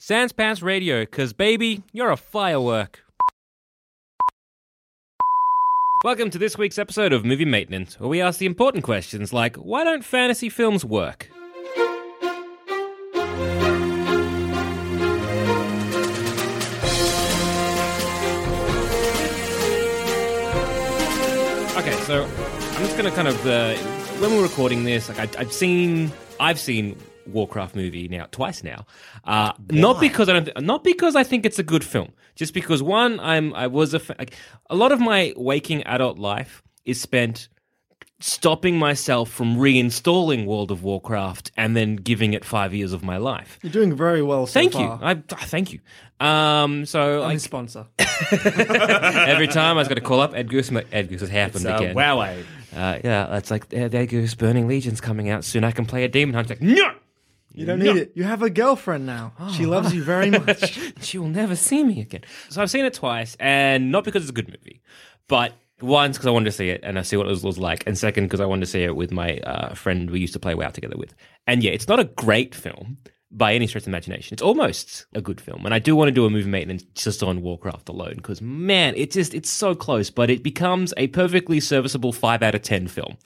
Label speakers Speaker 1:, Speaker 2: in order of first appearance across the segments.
Speaker 1: Sans Pants Radio, because baby, you're a firework. Welcome to this week's episode of Movie Maintenance, where we ask the important questions like why don't fantasy films work? Okay, so I'm just gonna kind of uh, when we're recording this, like I, I've seen, I've seen Warcraft movie now twice now. Uh, not because I don't, th- not because I think it's a good film, just because one, I'm, I was a, fa- like, a lot of my waking adult life is spent stopping myself from reinstalling World of Warcraft and then giving it five years of my life.
Speaker 2: You're doing very well so
Speaker 1: Thank you,
Speaker 2: far.
Speaker 1: I, I thank you. Um, so
Speaker 2: I'm
Speaker 1: like,
Speaker 2: his sponsor.
Speaker 1: every time I was going to call up Ed Goose, I'm like, Ed Goose has happened again.
Speaker 3: wow, I
Speaker 1: Uh, yeah, that's like Ed Ed Goose Burning Legion's coming out soon. I can play a demon hunter. Like, "Hmm?" no,
Speaker 2: You don't need it. You have a girlfriend now. She loves you very much.
Speaker 1: she will never see me again. So I've seen it twice, and not because it's a good movie, but once because I wanted to see it and I see what it was, was like, and second because I wanted to see it with my uh, friend we used to play WoW together with. And yeah, it's not a great film by any stretch of the imagination. It's almost a good film, and I do want to do a movie maintenance just on Warcraft alone because man, it just it's so close, but it becomes a perfectly serviceable five out of ten film.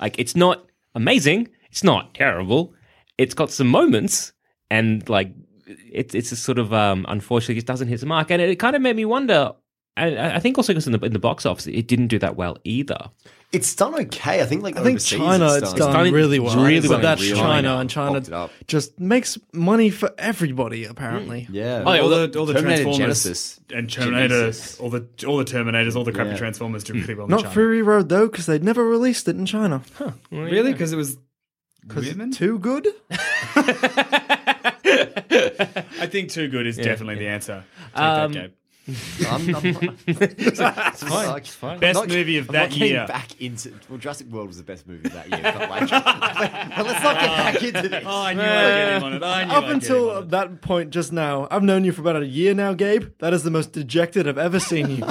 Speaker 1: Like it's not amazing, it's not terrible. It's got some moments, and like it's it's a sort of um, unfortunately just doesn't hit the mark, and it, kind of made me wonder. And I I think also because in the in the box office, it didn't do that well either.
Speaker 3: it's done okay. I think like
Speaker 2: I think
Speaker 3: overseas
Speaker 2: China, it's done,
Speaker 1: done
Speaker 2: really well.
Speaker 1: really
Speaker 2: but
Speaker 1: well.
Speaker 2: that's
Speaker 3: Really
Speaker 2: China,
Speaker 3: well.
Speaker 2: and
Speaker 3: Popped it
Speaker 2: China
Speaker 3: up.
Speaker 2: just makes money for everybody, apparently.
Speaker 3: Yeah.
Speaker 1: Oh, yeah,
Speaker 3: all
Speaker 1: well,
Speaker 3: the-
Speaker 1: the-
Speaker 4: all the, all the
Speaker 3: Terminator
Speaker 4: Transformers
Speaker 3: Genesis.
Speaker 4: and Terminator,
Speaker 3: Genesis.
Speaker 4: all the all the Terminators, all the crappy
Speaker 3: Yeah.
Speaker 4: Transformers do pretty well. in
Speaker 2: Not
Speaker 4: China.
Speaker 2: Fury Road, though, because they'd never released it in China.
Speaker 4: Really?
Speaker 1: Really?
Speaker 4: Because it was women?
Speaker 2: Too good?
Speaker 4: I think too good is definitely the answer. Take
Speaker 1: Um,
Speaker 4: that, Gabe.
Speaker 3: I'm, I'm not-
Speaker 1: It's fine.
Speaker 3: like-
Speaker 1: It's fine.
Speaker 4: Best
Speaker 3: I'm not-
Speaker 4: movie of
Speaker 3: I'm
Speaker 4: that
Speaker 3: not getting
Speaker 4: year.
Speaker 3: Back into well, Jurassic World was the best movie of that year. But like, but let's not get back into this.
Speaker 4: Oh, I knew I'd get him on it. I knew
Speaker 2: Up
Speaker 4: I'd get him
Speaker 2: until
Speaker 4: on it.
Speaker 2: that point just now, I've known you for about a year now, Gabe. That is the most dejected I've ever seen you.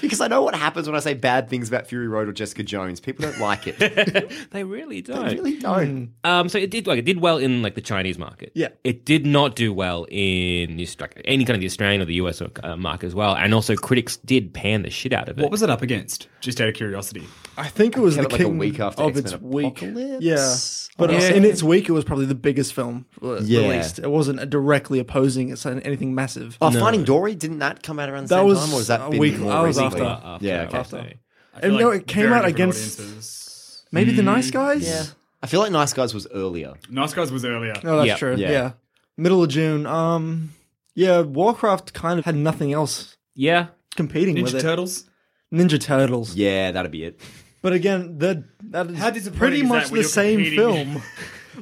Speaker 3: Because I know what happens when I say bad things about Fury Road or Jessica Jones. People don't like it. They
Speaker 1: They really don't.
Speaker 3: really don't.
Speaker 1: Um, so it did like it did well in like the Chinese market.
Speaker 2: Yeah.
Speaker 1: it did not do well in the Aust- like, any kind of the Australian or the US or, uh, market as well. And also critics did pan the shit out of it.
Speaker 4: What was it up against? Just out of curiosity.
Speaker 2: I think it was
Speaker 3: Came
Speaker 2: the
Speaker 3: out, like, a
Speaker 2: king
Speaker 3: week after
Speaker 2: of
Speaker 3: X-Men
Speaker 2: its week.
Speaker 3: Apocalypse.
Speaker 2: Yeah, but
Speaker 4: Oh,
Speaker 2: uh,
Speaker 3: Yeah.
Speaker 2: in its week, it was probably the biggest film re-
Speaker 3: Yeah.
Speaker 2: released. It wasn't a directly opposing it's an- anything massive.
Speaker 3: Oh, Finding Dory didn't that come out around the
Speaker 2: That
Speaker 3: same
Speaker 2: was
Speaker 3: time, or was that
Speaker 2: a
Speaker 3: been
Speaker 2: week-
Speaker 3: more
Speaker 2: that was
Speaker 3: recently?
Speaker 2: after.
Speaker 1: after,
Speaker 3: Yeah, okay.
Speaker 1: after.
Speaker 4: I
Speaker 2: And
Speaker 4: feel
Speaker 2: Uh, no,
Speaker 4: like
Speaker 2: it came
Speaker 4: very
Speaker 2: out
Speaker 4: different
Speaker 2: against
Speaker 4: audiences.
Speaker 2: maybe The Nice
Speaker 3: Mm.
Speaker 2: Guys.
Speaker 3: Yeah. I feel like Nice Guys was earlier.
Speaker 4: Nice Guys was earlier.
Speaker 2: Oh, that's
Speaker 1: Yeah.
Speaker 2: true.
Speaker 3: Yeah.
Speaker 2: Yeah. middle of June. Um, yeah, Warcraft kind of had nothing else
Speaker 1: Yeah,
Speaker 2: competing with
Speaker 4: Ninja
Speaker 2: it.
Speaker 4: Turtles.
Speaker 2: Ninja Turtles.
Speaker 3: Yeah, that'd be it.
Speaker 2: But again, the that is
Speaker 4: How disappointing
Speaker 2: pretty
Speaker 4: is
Speaker 2: much
Speaker 4: that when
Speaker 2: the
Speaker 4: you're
Speaker 2: same
Speaker 4: competing?
Speaker 2: film.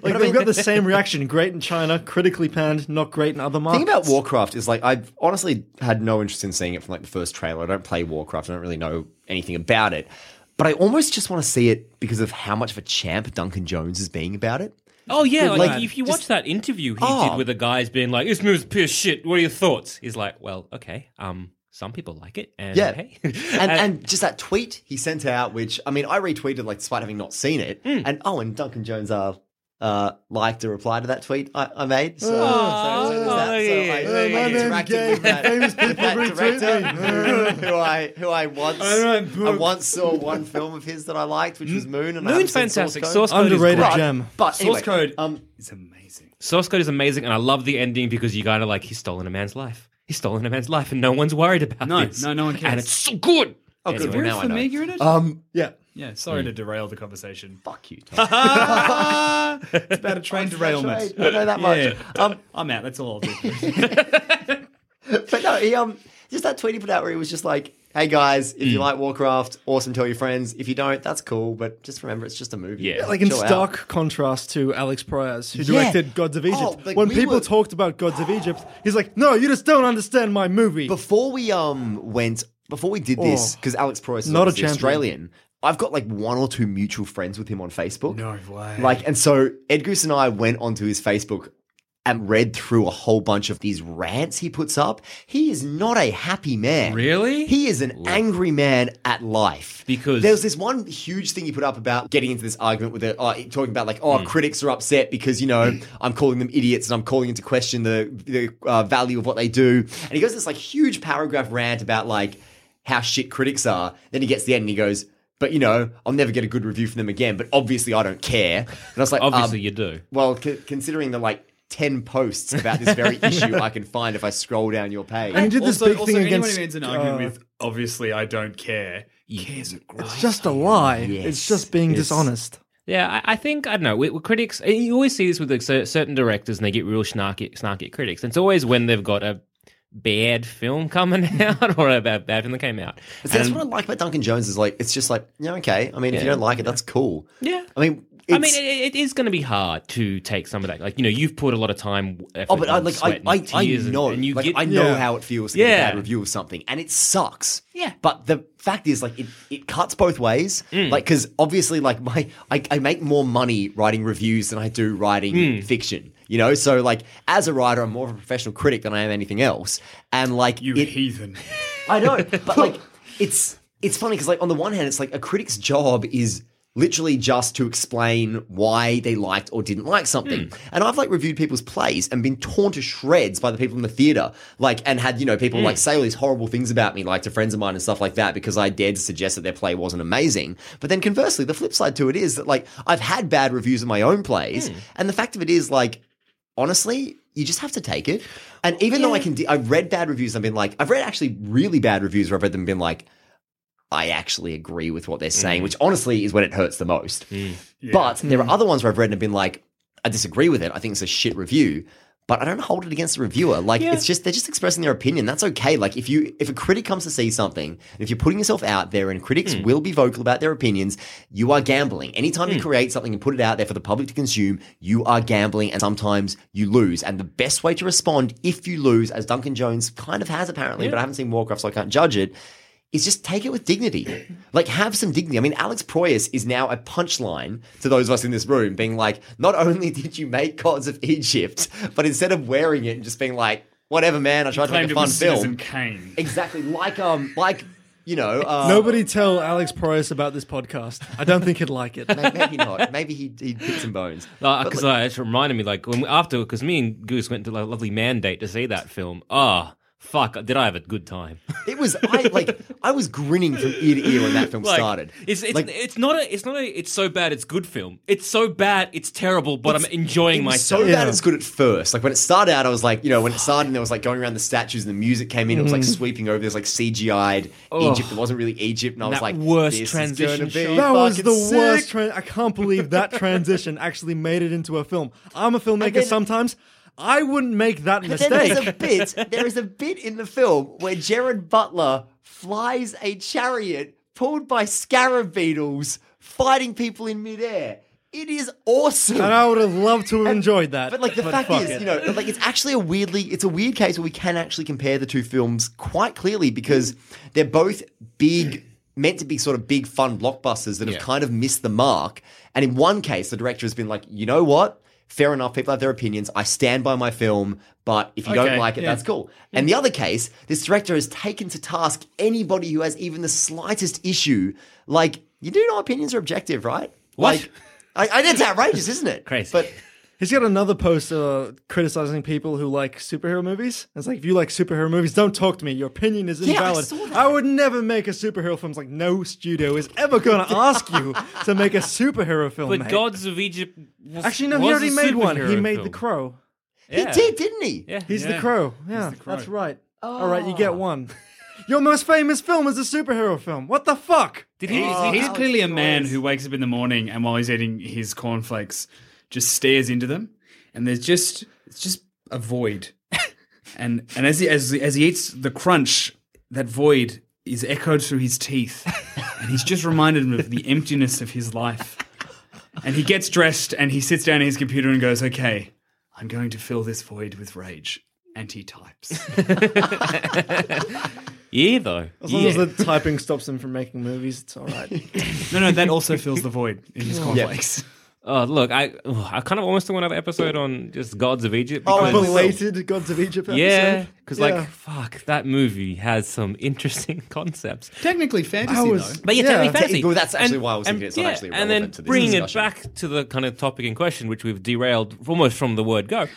Speaker 2: like they've got the same reaction. Great in China, critically panned. Not great in other
Speaker 3: The thing
Speaker 2: markets.
Speaker 3: about Warcraft is like I've honestly had no interest in seeing it from like the first trailer. I don't play Warcraft. I don't really know anything about it. But I almost just want to see it because of how much of a champ Duncan Jones is being about it.
Speaker 1: Oh yeah,
Speaker 3: Good
Speaker 1: like,
Speaker 3: lad.
Speaker 1: if you
Speaker 3: Just-
Speaker 1: watch that interview he
Speaker 3: Oh.
Speaker 1: did with the guys being like, "This movie's pure shit. What are your thoughts?" He's like, "Well, okay, um, some people like it, and
Speaker 3: Yeah.
Speaker 1: hey,
Speaker 3: And, and just that
Speaker 1: Hmm.
Speaker 3: tweet he sent out, which I mean, I retweeted like despite having not seen it. And oh, and Duncan Jones are uh, liked a reply to that tweet I, I made. So, so, so there's that.
Speaker 1: yeah.
Speaker 3: So
Speaker 1: Oh,
Speaker 3: I,
Speaker 1: my
Speaker 3: I
Speaker 1: name's
Speaker 3: interacted
Speaker 2: Gabe.
Speaker 3: with that,
Speaker 2: Famous
Speaker 3: with
Speaker 2: people
Speaker 3: that
Speaker 2: retweet
Speaker 3: director who I who I once
Speaker 4: I
Speaker 3: I,
Speaker 4: write books.
Speaker 3: once saw one film of his that I liked, which was Moon. And I haven't
Speaker 1: Moon's
Speaker 3: seen
Speaker 1: Hmm. fantastic.
Speaker 3: Source
Speaker 1: Source
Speaker 3: Code.
Speaker 1: code,
Speaker 2: Underrated
Speaker 1: is great.
Speaker 2: gem.
Speaker 3: But
Speaker 1: Source
Speaker 3: anyway,
Speaker 1: code.
Speaker 3: Um,
Speaker 4: It's amazing.
Speaker 1: Source code is amazing, and I love the ending because you kind of like he's stolen a man's life. He's stolen a man's life, and no one's worried about
Speaker 4: No,
Speaker 1: this.
Speaker 4: no, no one cares.
Speaker 1: And it's so good.
Speaker 3: oh, good. Well,
Speaker 4: You're
Speaker 3: now I
Speaker 4: for
Speaker 3: know.
Speaker 4: me, you're in it?
Speaker 3: Um,
Speaker 2: Yeah.
Speaker 4: yeah, sorry to derail the conversation.
Speaker 3: fuck you. Tom.
Speaker 4: It's about a train derailment.
Speaker 3: I know that much.
Speaker 4: Yeah.
Speaker 3: Um,
Speaker 4: I'm out. That's all I'll do.
Speaker 3: but no, he um just that tweet he put out where he was just like, "Hey guys, if you
Speaker 1: Mm.
Speaker 3: like Warcraft, awesome, tell your friends. If you don't, that's cool, but just remember it's just a movie."
Speaker 1: Yeah.
Speaker 2: Like in
Speaker 3: Chill out.
Speaker 2: stark contrast to Alex Priors, who
Speaker 3: Yeah.
Speaker 2: directed Gods of Egypt.
Speaker 3: Oh, like
Speaker 2: when
Speaker 3: we
Speaker 2: people
Speaker 3: were-
Speaker 2: talked about Gods of Egypt, he's like, "No, you just don't understand my movie."
Speaker 3: Before we um went, before we did this,
Speaker 2: Oh.
Speaker 3: because Alex Proyas is
Speaker 2: Not a
Speaker 3: obviously
Speaker 2: champion.
Speaker 3: Australian. I've got like one or two mutual friends with him on Facebook.
Speaker 4: No way.
Speaker 3: Like, and so Ed Goose and I went onto his Facebook and read through a whole bunch of these rants he puts up. He is not a happy man.
Speaker 1: Really?
Speaker 3: He is an angry man at life.
Speaker 1: Because-
Speaker 3: there's this one huge thing he put up about getting into this argument with it, uh, talking about like, oh,
Speaker 1: Hmm.
Speaker 3: critics are upset because you know I'm calling them idiots and I'm calling into question the the uh, value of what they do. And he goes this like huge paragraph rant about like how shit critics are. Then he gets to the end and he goes. But you know, I'll never get a good review from them again. But obviously, I don't care. And I was like,
Speaker 1: Obviously,
Speaker 3: um,
Speaker 1: you do.
Speaker 3: Well, c- considering the like ten posts about this very issue, I can find if I scroll down your page.
Speaker 2: and he did
Speaker 4: also,
Speaker 2: this big
Speaker 4: also
Speaker 2: thing
Speaker 4: anyone
Speaker 2: against.
Speaker 4: who ends an argument
Speaker 2: uh,
Speaker 4: with, obviously, I don't care, cares a great
Speaker 2: it's just a lie. It's just being dishonest.
Speaker 1: Yeah, I, I think I don't know. With, with critics, eh, you always see this with like, cer- certain directors, and they get real snarky, snarky at critics. And it's always when they've got a bad film coming
Speaker 3: Mm-hmm.
Speaker 1: out or a bad, bad film that came out.
Speaker 3: See, that's
Speaker 1: And-
Speaker 3: what I like about Duncan Jones is like it's just like yeah okay. I mean, if you don't like it, that's cool.
Speaker 1: Yeah.
Speaker 3: I mean, it's,
Speaker 1: I mean, it, it is going to be hard to take some of that. Like you know, you've put a lot of time. Effort
Speaker 3: oh, but I
Speaker 1: and
Speaker 3: like I
Speaker 1: sweat
Speaker 3: I,
Speaker 1: and
Speaker 3: I
Speaker 1: tears and-
Speaker 3: know
Speaker 1: and you
Speaker 3: like
Speaker 1: get-
Speaker 3: I know
Speaker 2: Yeah.
Speaker 3: how it feels to get
Speaker 1: Yeah.
Speaker 3: a bad review of something, and it sucks.
Speaker 1: Yeah. Mm.
Speaker 3: But the fact is, like it it cuts both ways. Like because obviously, like my I, I make more money writing reviews than I do writing
Speaker 1: Mm.
Speaker 3: fiction. You know, so like as a writer, I'm more of a professional critic than I am anything else, and like
Speaker 4: You
Speaker 3: it,
Speaker 4: heathen.
Speaker 3: I know, but like it's it's funny because like on the one hand, it's like a critic's job is literally just to explain why they liked or didn't like something. And I've like reviewed people's plays and been torn to shreds by the people in the theater, like and had you know people like say all these horrible things about me, like to friends of mine and stuff like that, because I dared to suggest that their play wasn't amazing. But then conversely, the flip side to it is that like I've had bad reviews of my own plays, and the fact of it is like honestly, you just have to take it. And even though I can, de- I've read bad reviews. I've been like, I've read actually really bad reviews where I've read them and been like, I actually agree with what they're saying, which honestly is when it hurts the most. But there are other ones where I've read and have been like, I disagree with it. I think it's a shit review. But I don't hold it against the reviewer. Like it's just they're just expressing their opinion. That's okay. Like if you if a critic comes to see something, and if you're putting yourself out there and critics will be vocal about their opinions, you are gambling. Anytime you create something and put it out there for the public to consume, you are gambling and sometimes you lose. And the best way to respond if you lose, as Duncan Jones kind of has apparently, but I haven't seen Warcraft, so I can't judge it is just take it with dignity. Like, have some dignity. I mean, Alex Proyas is now a punchline to those of us in this room, being like, not only did you make Gods of Egypt, but instead of wearing it and just being like, whatever, man, I tried to make
Speaker 4: Claimed
Speaker 3: a
Speaker 4: it
Speaker 3: fun
Speaker 4: was Citizen
Speaker 3: film.
Speaker 4: Kane.
Speaker 3: Exactly. Like, um, like, you know, uh,
Speaker 2: Nobody tell Alex Priors about this podcast. I don't think he'd like it.
Speaker 3: may- Maybe not. Maybe he he picked some bones.
Speaker 1: because uh, it reminded me like when we, after because me and Goose went to a lovely mandate to see that film. Ah, fuck! Did I have a good time?
Speaker 3: It was I like I was grinning from ear to ear when that film
Speaker 1: Like,
Speaker 3: started.
Speaker 1: It's it's,
Speaker 3: Like,
Speaker 1: it's not a it's not a it's so bad it's good film. It's so bad it's terrible, but I'm enjoying
Speaker 3: It was
Speaker 1: myself.
Speaker 3: So bad
Speaker 2: Yeah.
Speaker 3: it's good at first. Like when it started out, I was like, you know, when it started and there was like going around the statues and the music came in, it was like
Speaker 2: Mm.
Speaker 3: sweeping over. There's like CGI'd Egypt that wasn't really Egypt, and I was
Speaker 1: That
Speaker 3: like,
Speaker 1: worst
Speaker 3: this is
Speaker 1: transition
Speaker 3: gonna be
Speaker 1: shot.
Speaker 2: That was the
Speaker 3: fucking
Speaker 2: worst.
Speaker 3: sick.
Speaker 2: Tra- I can't believe that transition actually made it into a film. I'm a filmmaker.
Speaker 3: then-
Speaker 2: sometimes I wouldn't make that
Speaker 3: But then there's
Speaker 2: mistake.
Speaker 3: a bit. There is a bit in the film where Jared Butler flies a chariot pulled by scarab beetles, fighting people in midair. It is awesome.
Speaker 2: and I would have loved to have enjoyed that.
Speaker 3: But like the fact
Speaker 2: fuck
Speaker 3: is,
Speaker 2: it.
Speaker 3: you know, like it's actually a weirdly, it's a weird case where we can actually compare the two films quite clearly because they're both big, meant to be sort of big fun blockbusters that have kind of missed the mark. And in one case, the director has been like, you know what? Fair enough, people have their opinions. I stand by my film, but if you don't
Speaker 4: Okay,
Speaker 3: like it,
Speaker 4: yeah.
Speaker 3: that's cool. And the other case, this director has taken to task anybody who has even the slightest issue. Like, you do know opinions are objective, right?
Speaker 1: What?
Speaker 3: Like, I, I, it's outrageous, isn't it?
Speaker 1: Crazy.
Speaker 3: But
Speaker 2: He's got another post uh, criticizing people who like superhero movies. It's like, if you like superhero movies, don't talk to me. Your opinion is
Speaker 3: I
Speaker 2: invalid.
Speaker 3: saw that.
Speaker 2: I, would never make a superhero film. It's like, no studio is ever going to ask you to make a superhero film.
Speaker 1: But
Speaker 2: mate.
Speaker 1: Gods of Egypt. Was,
Speaker 2: Actually, no,
Speaker 1: was
Speaker 2: he already
Speaker 1: a
Speaker 2: made one. He
Speaker 1: superhero
Speaker 2: made
Speaker 1: film.
Speaker 2: The Crow.
Speaker 1: Yeah.
Speaker 3: he did, didn't he?
Speaker 1: Yeah.
Speaker 2: He's
Speaker 4: Yeah.
Speaker 2: the crow. Yeah,
Speaker 4: the Crow.
Speaker 2: that's right. All right, you get one. Your most famous film is a superhero film. What the fuck?
Speaker 1: Did he?
Speaker 4: He's,
Speaker 1: he
Speaker 4: he's
Speaker 1: did-
Speaker 4: clearly a man who wakes up in the morning and while he's eating his cornflakes, just stares into them, and there's just it's just a void, and and as he as as he eats the crunch, that void is echoed through his teeth, and he's just reminded of the emptiness of his life, and he gets dressed and he sits down at his computer and goes, "Okay, I'm going to fill this void with rage," and he types.
Speaker 1: yeah, though.
Speaker 2: As long as the typing stops him from making movies, it's all right.
Speaker 4: no, no, that also fills the void in his cornflakes.
Speaker 1: Oh, look, I oh, I kind of almost want to have an episode on just Gods of Egypt.
Speaker 3: Oh,
Speaker 1: because-
Speaker 3: I believe-
Speaker 2: Belated Gods of Egypt episode.
Speaker 1: yeah, because
Speaker 2: Yeah.
Speaker 1: like fuck, that movie has some interesting concepts.
Speaker 4: Technically fantasy
Speaker 2: I was-
Speaker 4: though.
Speaker 1: But yeah,
Speaker 2: Yeah.
Speaker 1: technically fantasy.
Speaker 3: Well, that's actually why I was thinking it's not actually
Speaker 1: And then
Speaker 3: relevant to this
Speaker 1: bringing it
Speaker 3: discussion.
Speaker 1: back to the kind of topic in question, which we've derailed almost from the word go.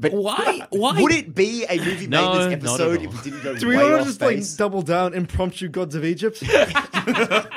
Speaker 3: But
Speaker 1: Why? Why
Speaker 3: Would it be a movie
Speaker 1: No,
Speaker 3: maintenance
Speaker 1: not at
Speaker 3: episode if
Speaker 1: all.
Speaker 3: we didn't go
Speaker 2: Do
Speaker 3: way
Speaker 2: we want
Speaker 3: off
Speaker 2: to just
Speaker 3: base?
Speaker 2: like double down impromptu Gods of Egypt?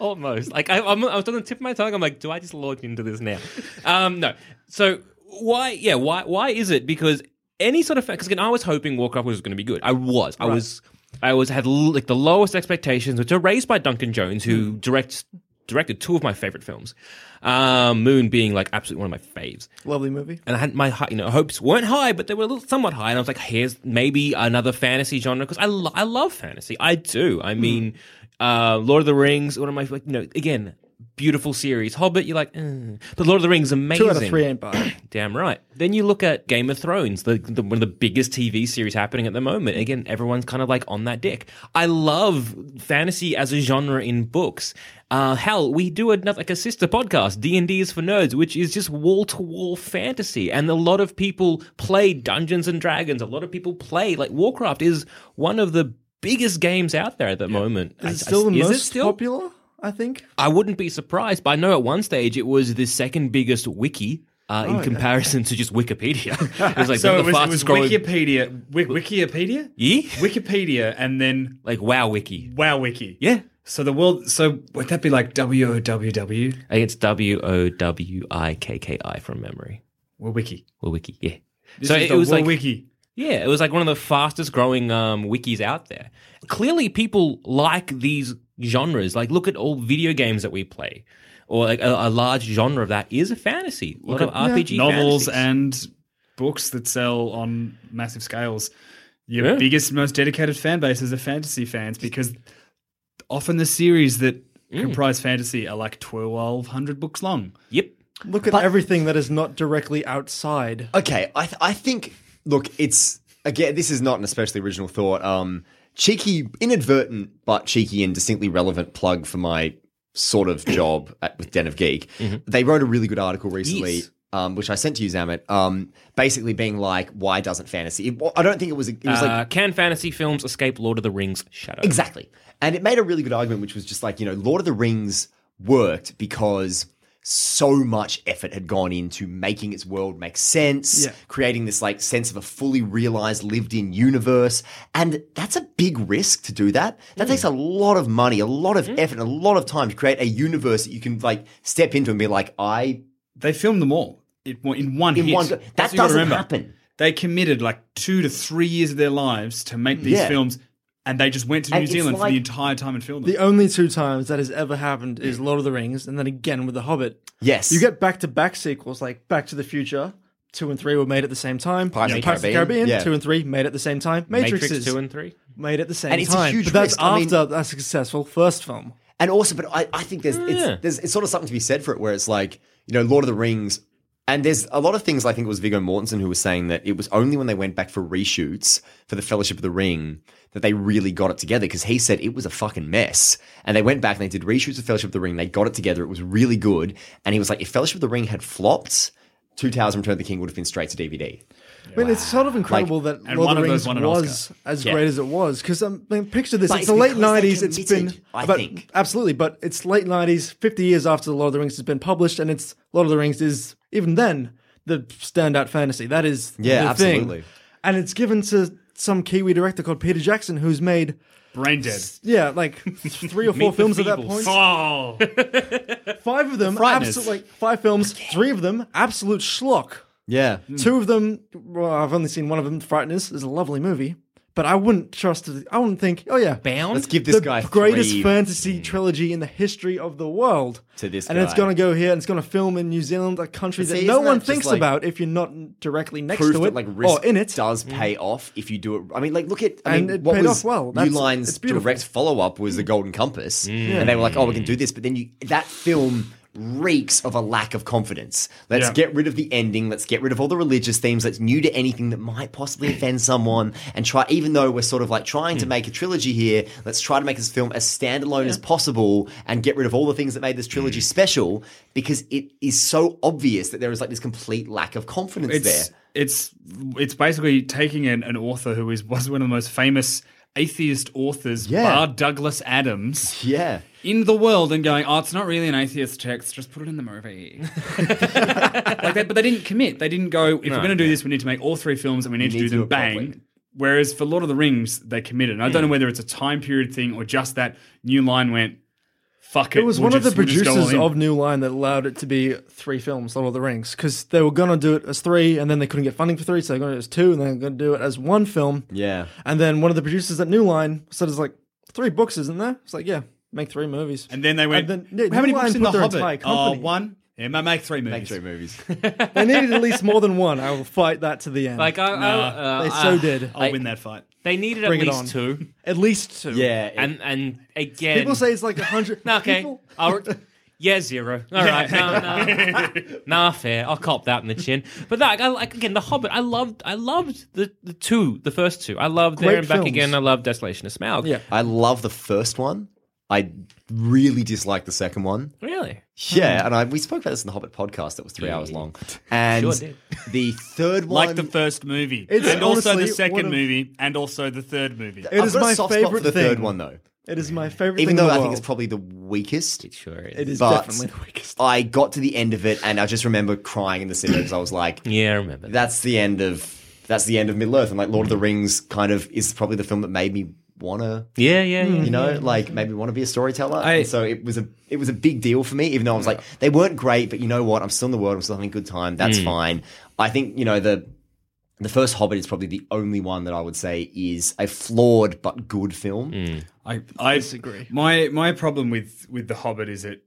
Speaker 1: Almost. Like I, I'm, I was on the tip of my tongue. I'm like, do I just log into this now? Um, no. So why? Yeah. Why? Why is it? Because any sort of because again, I was hoping Warcraft was going to be good. I was. I was. I was had l- like the lowest expectations, which are raised by Duncan Jones, who directs directed two of my favorite films, um, Moon being like absolutely one of my faves
Speaker 2: Lovely movie.
Speaker 1: and I had my hi- you know hopes weren't high, but they were a little somewhat high. And I was like, here's maybe another fantasy genre because I lo- I love fantasy. I do.
Speaker 2: Hmm.
Speaker 1: I mean, uh, Lord of the Rings, one of my like you know again beautiful series. Hobbit, you're like, eh. but Lord of the Rings amazing.
Speaker 2: Two out of three ain't bad.
Speaker 1: Damn right. Then you look at Game of Thrones, the, the one of the biggest TV series happening at the moment. Again, everyone's kind of like on that dick. I love fantasy as a genre in books. Uh, hell, we do another like a sister podcast, D and D is for nerds, which is just wall to wall fantasy. And a lot of people play Dungeons and Dragons. A lot of people play like Warcraft is one of the biggest games out there at the moment. I- I-
Speaker 2: Is it still the
Speaker 1: is it
Speaker 2: most
Speaker 1: still?
Speaker 2: popular? I think.
Speaker 1: I wouldn't be surprised, but I know at one stage it was the second biggest wiki. Uh, in comparison to just Wikipedia, it was like
Speaker 4: Oh,
Speaker 1: the
Speaker 4: So it was, it was
Speaker 1: fastest growing.
Speaker 4: Wikipedia, Wik- Wikipedia,
Speaker 1: Yeah?
Speaker 4: Wikipedia, and then
Speaker 1: Like Wow Wiki,
Speaker 4: Wow Wiki.
Speaker 1: yeah.
Speaker 4: So the world. So would that be like W O W W?
Speaker 1: I think it's W O W I K K I from memory.
Speaker 4: Well, Wiki.
Speaker 1: Well, Wiki, yeah.
Speaker 4: This
Speaker 1: so
Speaker 4: is
Speaker 1: it,
Speaker 4: the
Speaker 1: was
Speaker 4: Wow
Speaker 1: like
Speaker 4: Wiki.
Speaker 1: yeah, it was like one of the fastest growing um, wikis out there. Clearly, people like these genres. Like, look at all video games that we play, or like a, a large genre of that is a fantasy. A lot of RPG
Speaker 4: novels
Speaker 1: fantasies.
Speaker 4: and books that sell on massive scales. Your
Speaker 1: Yeah.
Speaker 4: biggest, most dedicated fan bases are fantasy fans because often the series that
Speaker 1: Mm.
Speaker 4: comprise fantasy are like twelve hundred books long.
Speaker 1: yep.
Speaker 2: Look at everything that is not directly outside.
Speaker 3: Okay, I th- I think look, it's again this is not an especially original thought. Um cheeky inadvertent but cheeky and distinctly relevant plug for my sort of job at, with Den of Geek. They wrote a really good article recently.
Speaker 1: Mm-hmm. Yes.
Speaker 3: Um, which I sent to you, Zamet. Um, basically, being like, why doesn't fantasy? It, I don't think it was. It was like
Speaker 1: uh, can fantasy films escape Lord of the Rings shadow?
Speaker 3: Exactly. And it made a really good argument, which was just like, you know, Lord of the Rings worked because so much effort had gone into making its world make sense, creating this like sense of a fully realized lived in universe. And that's a big risk to do that. That takes a lot of money, a lot
Speaker 2: Mm-hmm.
Speaker 3: of effort, and a lot of time to create a universe that you can like step into and be like, I
Speaker 4: They filmed them all in one in one
Speaker 3: in
Speaker 4: hit.
Speaker 3: one go.
Speaker 4: That's
Speaker 3: That
Speaker 4: what you gotta
Speaker 3: doesn't
Speaker 4: remember.
Speaker 3: happen.
Speaker 4: They committed like two to three years of their lives to make these
Speaker 3: Yeah.
Speaker 4: films, and they just went to
Speaker 3: And
Speaker 4: New
Speaker 3: it's
Speaker 4: Zealand for
Speaker 3: like-
Speaker 4: the entire time and filmed them.
Speaker 2: The only two times that has ever happened is Lord of the Rings, and then again with The Hobbit.
Speaker 3: Yes.
Speaker 2: You get back to back sequels like Back to the Future. Two and three were made at the same time.
Speaker 3: Pirates of the
Speaker 2: of the
Speaker 3: Caribbean,
Speaker 2: Caribbean.
Speaker 3: yeah.
Speaker 2: Two and three made at the same time.
Speaker 1: Matrix
Speaker 2: Matrix
Speaker 1: two and three.
Speaker 2: made at the same
Speaker 3: And it's a
Speaker 2: time.
Speaker 3: huge
Speaker 2: but that's
Speaker 3: risk, I mean-
Speaker 2: after a successful first film.
Speaker 3: And also, but I, I think there's,
Speaker 1: Yeah.
Speaker 3: it's, there's it's sort of something to be said for it, where it's like you know, Lord of the Rings, and there's a lot of things. I think it was Viggo Mortensen who was saying that it was only when they went back for reshoots for the Fellowship of the Ring that they really got it together because he said it was a fucking mess, and they went back and they did reshoots of Fellowship of the Ring. They got it together. It was really good, and he was like, if Fellowship of the Ring had flopped. Two Towers and Return of the King would have been straight to DVD.
Speaker 2: I mean, it's sort of incredible that
Speaker 4: and
Speaker 2: Lord
Speaker 4: one
Speaker 2: of the
Speaker 4: of
Speaker 2: Rings
Speaker 4: those won an
Speaker 2: was as great as it was. Because I mean, picture this:
Speaker 3: But
Speaker 2: it's
Speaker 3: it's
Speaker 2: the late
Speaker 3: because they
Speaker 2: '90s. It's been,
Speaker 3: committed, I
Speaker 2: but-
Speaker 3: think.
Speaker 2: absolutely, but it's late '90s, 50 years after the Lord of the Rings has been published, and it's Lord of the Rings is even then the standout fantasy. That is,
Speaker 3: Yeah,
Speaker 2: the thing.
Speaker 3: absolutely.
Speaker 2: and it's given to some Kiwi director called Peter Jackson, who's made
Speaker 4: Brain dead.
Speaker 2: yeah, like three or four
Speaker 1: Meet the
Speaker 2: films at that
Speaker 1: Feebles.
Speaker 2: point.
Speaker 4: Oh,
Speaker 2: Five of them,
Speaker 4: Frighteners.
Speaker 2: absolute, like five films, three of them absolute schlock.
Speaker 3: Yeah.
Speaker 2: Two of them, well, I've only seen one of them. Frighteners is a lovely movie, but I wouldn't trust. it. I wouldn't think. Oh yeah,
Speaker 1: Bound?
Speaker 3: Let's give this
Speaker 2: the
Speaker 3: guy
Speaker 2: greatest
Speaker 3: three.
Speaker 2: fantasy trilogy in the history of the world.
Speaker 3: To this
Speaker 2: and it's
Speaker 3: guy.
Speaker 2: gonna go here, and it's gonna film in New Zealand, a country
Speaker 3: But
Speaker 2: that
Speaker 3: see,
Speaker 2: no
Speaker 3: isn't
Speaker 2: one
Speaker 3: that just
Speaker 2: thinks
Speaker 3: like
Speaker 2: about if you're not directly next
Speaker 3: proof
Speaker 2: to it
Speaker 3: that like risk
Speaker 2: or in it.
Speaker 3: does pay off if you do it. I mean, like look at I
Speaker 2: And
Speaker 3: mean,
Speaker 2: it
Speaker 3: what
Speaker 2: paid
Speaker 3: was
Speaker 2: off well.
Speaker 3: New
Speaker 2: That's- it's
Speaker 3: Line's
Speaker 2: beautiful.
Speaker 3: direct follow up was the Golden Compass, and they were like, "Oh, we can do this," but then you that film reeks of a lack of confidence. Let's
Speaker 4: Yeah.
Speaker 3: get rid of the ending. Let's get rid of all the religious themes. Let's new to anything that might possibly offend someone, and try. Even though we're sort of like trying to make a trilogy here, let's try to make this film as standalone as possible and get rid of all the things that made this trilogy special because it is so obvious that there is like this complete lack of confidence there.
Speaker 4: it's it's it's basically taking an, an author who is was one of the most famous atheist authors,
Speaker 3: Yeah.
Speaker 4: Bar Douglas Adams,
Speaker 3: Yeah.
Speaker 4: in the world and going, oh, it's not really an atheist text. Just put it in the movie. like that, but they didn't commit. They didn't go. If we're going to do this, we need to make all three films and we need to
Speaker 3: need
Speaker 4: do
Speaker 3: to do
Speaker 4: them
Speaker 3: it
Speaker 4: bang.
Speaker 3: properly.
Speaker 4: Whereas for Lord of the Rings, they committed. And I don't know whether it's a time period thing or just that new line went. Fuck it.
Speaker 2: It was
Speaker 4: we'll
Speaker 2: one of
Speaker 4: just-
Speaker 2: the
Speaker 4: we'll just go all
Speaker 2: producers
Speaker 4: in."
Speaker 2: of New Line that allowed it to be three films, Lord of the Rings, because they were gonna do it as three, and then they couldn't get funding for three, so they're gonna do it as two, and then they're gonna do it as one film.
Speaker 3: Yeah.
Speaker 2: And then one of the producers at New Line said, "It's like three books, isn't there?" It's like, yeah, make three movies.
Speaker 4: And then they went.
Speaker 2: And then- yeah,
Speaker 4: How many
Speaker 2: New
Speaker 4: books
Speaker 2: Line
Speaker 4: in the
Speaker 2: put their
Speaker 4: Hobbit?
Speaker 2: entire
Speaker 4: Oh,
Speaker 2: company-
Speaker 4: one. Yeah, ma- make three movies.
Speaker 3: movies.
Speaker 2: they needed at least more than one. I will fight that to the end.
Speaker 1: Like, I, I, uh,
Speaker 2: they
Speaker 1: uh,
Speaker 2: so did.
Speaker 4: I'll win that fight.
Speaker 1: They needed at
Speaker 2: Bring it
Speaker 1: least
Speaker 2: on.
Speaker 1: two.
Speaker 2: At least two.
Speaker 3: yeah. it-
Speaker 1: And and again,
Speaker 2: People say it's like a hundred.
Speaker 1: No, okay.
Speaker 2: people-
Speaker 1: I'll, yeah, zero. All right, no, no, nah, fair. I'll cop that in the chin. But like, I, like again, The Hobbit. I loved, I loved the, the two, the first two. I loved
Speaker 2: Great
Speaker 1: There and Back
Speaker 2: films.
Speaker 1: Again. I loved Desolation of Smaug.
Speaker 2: Yeah.
Speaker 3: I love the first one. I really dislike the second one.
Speaker 1: really.
Speaker 3: Yeah, and I, we spoke about this in the Hobbit podcast that was three hours long. And
Speaker 1: Sure did.
Speaker 3: the third one,
Speaker 4: Like the first movie,
Speaker 2: It's
Speaker 4: and also the
Speaker 2: honestly one
Speaker 4: second
Speaker 2: of-
Speaker 4: movie, and also the third movie.
Speaker 2: It
Speaker 3: I've
Speaker 2: is
Speaker 3: got a
Speaker 2: my
Speaker 3: soft spot for
Speaker 2: favorite
Speaker 3: the third
Speaker 2: thing.
Speaker 3: one though,
Speaker 2: It is my favorite. thing
Speaker 3: even
Speaker 2: in
Speaker 3: though
Speaker 2: the
Speaker 3: I think
Speaker 2: world.
Speaker 3: it's probably the weakest.
Speaker 1: It sure is.
Speaker 2: It is
Speaker 3: but
Speaker 2: definitely the weakest.
Speaker 3: I got to the end of it, and I just remember crying in the cinema because I was like,
Speaker 1: Yeah, I remember. That.
Speaker 3: "That's the end of that's the end of Middle Earth." And like Lord of the Rings, kind of is probably the film that made me wanna
Speaker 1: Yeah, yeah,
Speaker 2: Mm.
Speaker 1: yeah.
Speaker 3: you know, like maybe want to be a storyteller. and so it was a it was a big deal for me, even though I was like, they weren't great, but you know what? I'm still in the world. I'm still having a good time. That's fine. I think you know the the first Hobbit is probably the only one that I would say is a flawed but good film.
Speaker 4: I, I disagree. My my problem with with the Hobbit is that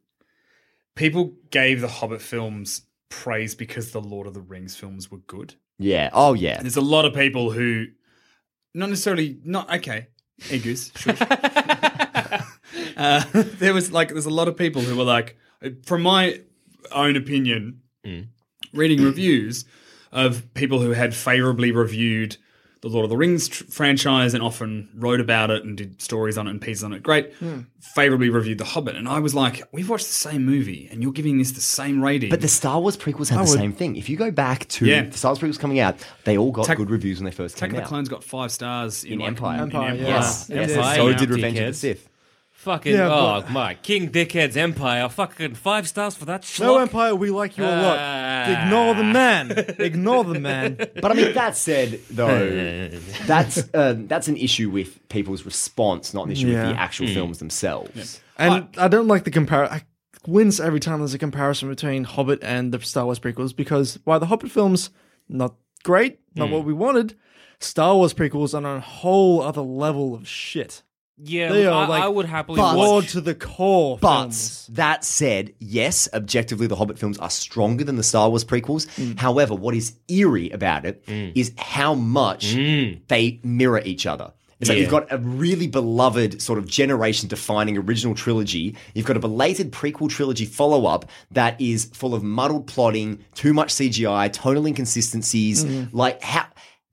Speaker 4: people gave the Hobbit films praise because the Lord of the Rings films were good.
Speaker 3: Yeah. Oh yeah.
Speaker 4: And there's a lot of people who, not necessarily, not okay. Hey goose. shush. uh, there was like there's a lot of people who were like, from my own opinion,
Speaker 3: Mm.
Speaker 4: reading reviews of people who had favorably reviewed the Lord of the Rings tr- franchise and often wrote about it and did stories on it and pieces on it. Great, favorably reviewed The Hobbit, and I was like, we've watched the same movie and you're giving this the same rating.
Speaker 3: But the Star Wars prequels had the same thing. If you go back to
Speaker 4: Yeah.
Speaker 3: the Star Wars prequels coming out, they all got
Speaker 4: Attack-
Speaker 3: good reviews when they first
Speaker 4: Attack
Speaker 3: came
Speaker 4: of the
Speaker 3: out.
Speaker 4: Clones got five stars in,
Speaker 3: In
Speaker 4: like,
Speaker 3: Empire.
Speaker 4: in
Speaker 2: Empire, yeah.
Speaker 1: Yes,
Speaker 2: Yes.
Speaker 1: Empire.
Speaker 3: So
Speaker 1: Yeah.
Speaker 3: did Revenge of the
Speaker 1: Dickheads.
Speaker 3: Sith.
Speaker 1: Fucking
Speaker 2: Yeah,
Speaker 1: oh
Speaker 2: but-
Speaker 1: my King Dickhead's Empire. Fucking five stars for that. Schlock.
Speaker 2: No empire, we like you a lot.
Speaker 1: Ah.
Speaker 2: Ignore the man. Ignore the man.
Speaker 3: But I mean, that said, though, that's um, that's an issue with people's response, not an issue
Speaker 2: Yeah.
Speaker 3: with the actual films themselves.
Speaker 2: And I don't like the compare. I wins every time there's a comparison between Hobbit and the Star Wars prequels because while the Hobbit films not great,
Speaker 3: Hmm.
Speaker 2: not what we wanted, Star Wars prequels are on a whole other level of shit.
Speaker 1: Yeah,
Speaker 2: They
Speaker 1: look,
Speaker 2: are
Speaker 1: I,
Speaker 2: like
Speaker 1: I would happily
Speaker 3: But-
Speaker 1: watch.
Speaker 2: Bored to the core.
Speaker 3: But
Speaker 2: films.
Speaker 3: that said, yes, objectively, the Hobbit films are stronger than the Star Wars prequels.
Speaker 1: Mm.
Speaker 3: However, what is eerie about it is how much
Speaker 1: Mm.
Speaker 3: they mirror each other. It's like you've got a really beloved sort of generation defining original trilogy. You've got a belated prequel trilogy follow up that is full of muddled plotting, too much CGI, tonal inconsistencies. Like, how.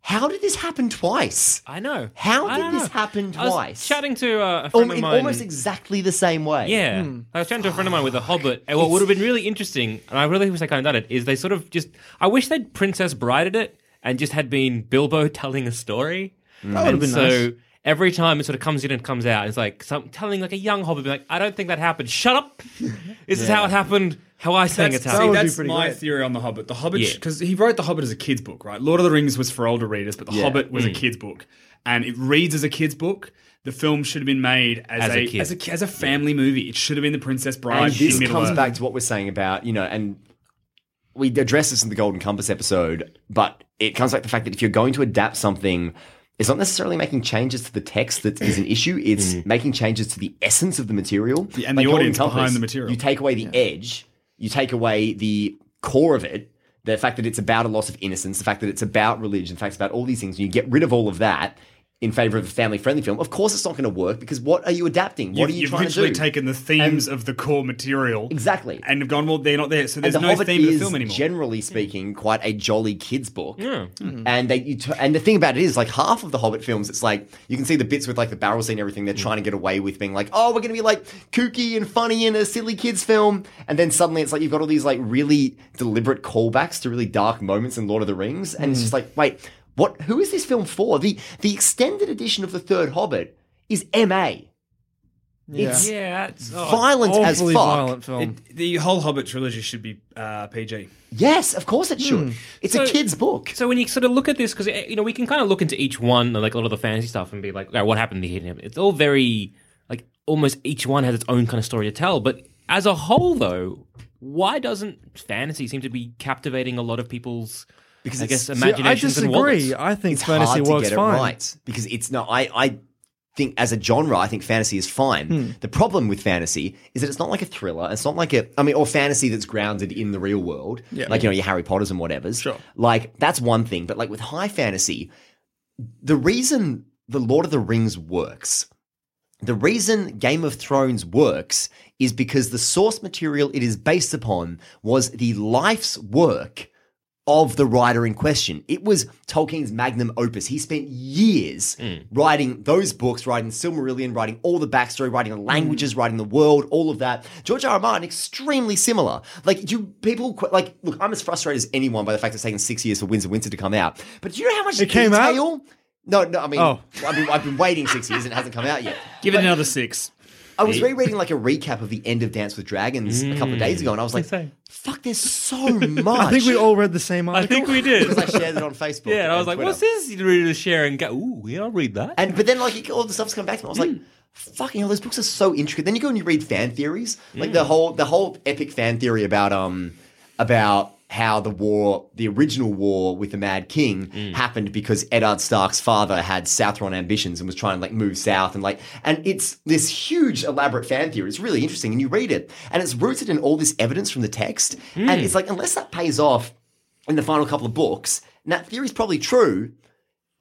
Speaker 3: How did this happen twice?
Speaker 1: Mm. I know.
Speaker 3: How
Speaker 1: I
Speaker 3: did
Speaker 1: don't
Speaker 3: this
Speaker 1: know.
Speaker 3: happen
Speaker 1: I was
Speaker 3: twice?
Speaker 1: chatting to uh, a friend
Speaker 3: Um,
Speaker 1: of
Speaker 3: in
Speaker 1: mine.
Speaker 3: almost exactly the same way.
Speaker 1: Yeah, I was chatting to a friend of mine with a Hobbit, and what would have been really interesting, and I really wish they kind of done it, is they sort of just. I wish they'd Princess Brided it and just had been Bilbo telling a story. That
Speaker 2: would've been
Speaker 1: so
Speaker 2: nice.
Speaker 1: every time it sort of comes in and comes out, it's like some telling like a young Hobbit, be like, "I don't think that happened. Shut up. This is how it happened. How I sang it
Speaker 4: That's,
Speaker 2: That
Speaker 4: see,
Speaker 2: would
Speaker 1: happened."
Speaker 2: be
Speaker 4: that's
Speaker 2: pretty
Speaker 4: my
Speaker 2: great.
Speaker 4: theory on The Hobbit. The
Speaker 1: Yeah.
Speaker 4: Hobbit, because he wrote The Hobbit as a kid's book, right? Lord of the Rings was for older readers, but The Hobbit was a
Speaker 1: Mm.
Speaker 4: kid's book. And it reads as a kid's book. The film should have been made as,
Speaker 1: As a
Speaker 4: a,
Speaker 1: kid.
Speaker 4: as a as a family movie. It should have been The Princess Bride.
Speaker 3: And this
Speaker 4: in Middle
Speaker 3: comes
Speaker 4: Earth.
Speaker 3: back to what we're saying about, you know, and we address this in the Golden Compass episode, but it comes back to the fact that if you're going to adapt something, it's not necessarily making changes to the text that is an issue. It's making changes to the essence of the material
Speaker 4: and Mm. the
Speaker 3: Golden
Speaker 4: audience behind the material.
Speaker 3: You take away the edge, you take away the core of it, the fact that it's about a loss of innocence, the fact that it's about religion, the fact it's about all these things, and you get rid of all of that in favor of a family-friendly film. Of course, it's not going to work because what are you adapting?
Speaker 4: You've,
Speaker 3: What are you
Speaker 4: you've
Speaker 3: trying to do?
Speaker 4: literally taken the themes of the core material
Speaker 3: Exactly.
Speaker 4: and have gone, well, they're not there, so
Speaker 3: And
Speaker 4: there's
Speaker 3: the
Speaker 4: no
Speaker 3: Hobbit
Speaker 4: theme of
Speaker 3: is,
Speaker 4: the film anymore.
Speaker 3: generally speaking, quite a jolly kids book.
Speaker 4: Hmm.
Speaker 3: And they, you t- and the thing about it is, like half of the Hobbit films, it's like you can see the bits with like the barrel scene, and everything.
Speaker 4: Hmm.
Speaker 3: They're trying to get away with being like, oh, we're gonna be like kooky and funny in a silly kids film, and then suddenly it's like you've got all these like really deliberate callbacks to really dark moments in Lord of the Rings, and it's
Speaker 4: Hmm.
Speaker 3: just like, wait, what? Who is this film for? The the extended edition of the third Hobbit is M.A. It's
Speaker 1: yeah, it's, oh,
Speaker 3: violent as fuck.
Speaker 2: Awfully violent film.
Speaker 4: It- the whole Hobbit trilogy should be uh, PG.
Speaker 3: Yes, of course it
Speaker 4: Hmm.
Speaker 3: should. It's a
Speaker 1: So-
Speaker 3: kid's book.
Speaker 1: So when you sort of look at this, because you know we can kind of look into each one, like a lot of the fantasy stuff, and be like, "Alright, what happened here? It's all very like almost each one has its own kind of story to tell. But as a whole, though, why doesn't fantasy seem to be captivating a lot of people's? Because I guess
Speaker 3: it's-
Speaker 2: See, I
Speaker 1: imaginations and wallets?
Speaker 2: disagree. I think
Speaker 3: it's
Speaker 2: fantasy
Speaker 3: hard to
Speaker 2: works
Speaker 3: get it
Speaker 2: fine.
Speaker 3: right because it's not. I I think as a genre, I think fantasy is fine.
Speaker 2: Hmm.
Speaker 3: The problem with fantasy is that it's not like a thriller. It's not like a. I mean, or fantasy that's grounded in the real world, like you know your Harry Potter's and whatever's. Sure. Like that's one thing, but like with high fantasy, the reason the Lord of the Rings works. The reason Game of Thrones works is because the source material it is based upon was the life's work of the writer in question. It was Tolkien's magnum opus. He spent years writing those books, writing Silmarillion, writing all the backstory, writing the languages, writing the world, all of that. George R. R. Martin, extremely similar. Like, do people, qu- like, look, I'm as frustrated as anyone by the fact it's taken six years for Winds of Winter to come out. But do you know how much
Speaker 2: It came out?
Speaker 3: detail- No, no, I mean,
Speaker 2: Oh.
Speaker 3: I've, been, I've been waiting six years and it hasn't come out yet.
Speaker 4: Give it another six.
Speaker 3: I was rereading like a recap of the end of Dance with Dragons a couple of
Speaker 1: Mm.
Speaker 3: days ago, and I was like, "Fuck, there's so much."
Speaker 2: I think we all read the same
Speaker 1: I
Speaker 2: article.
Speaker 1: think we did.
Speaker 3: because I shared it on Facebook.
Speaker 1: yeah, and I was like,
Speaker 3: Twitter.
Speaker 1: "What's this?" You really share and go, "Ooh, yeah, I'll read that."
Speaker 3: And but then like it- all the stuff's come back to me. I was like, fucking hell, those books are so intricate. Then you go and you read fan theories, like the whole the whole epic fan theory about um about how the war, the original war with the Mad King, happened because Eddard Stark's father had Southron ambitions and was trying to like move south and like, and it's this huge elaborate fan theory. It's really interesting, and you read it, and it's rooted in all this evidence from the text, and it's like unless that pays off in the final couple of books, and that theory's probably true,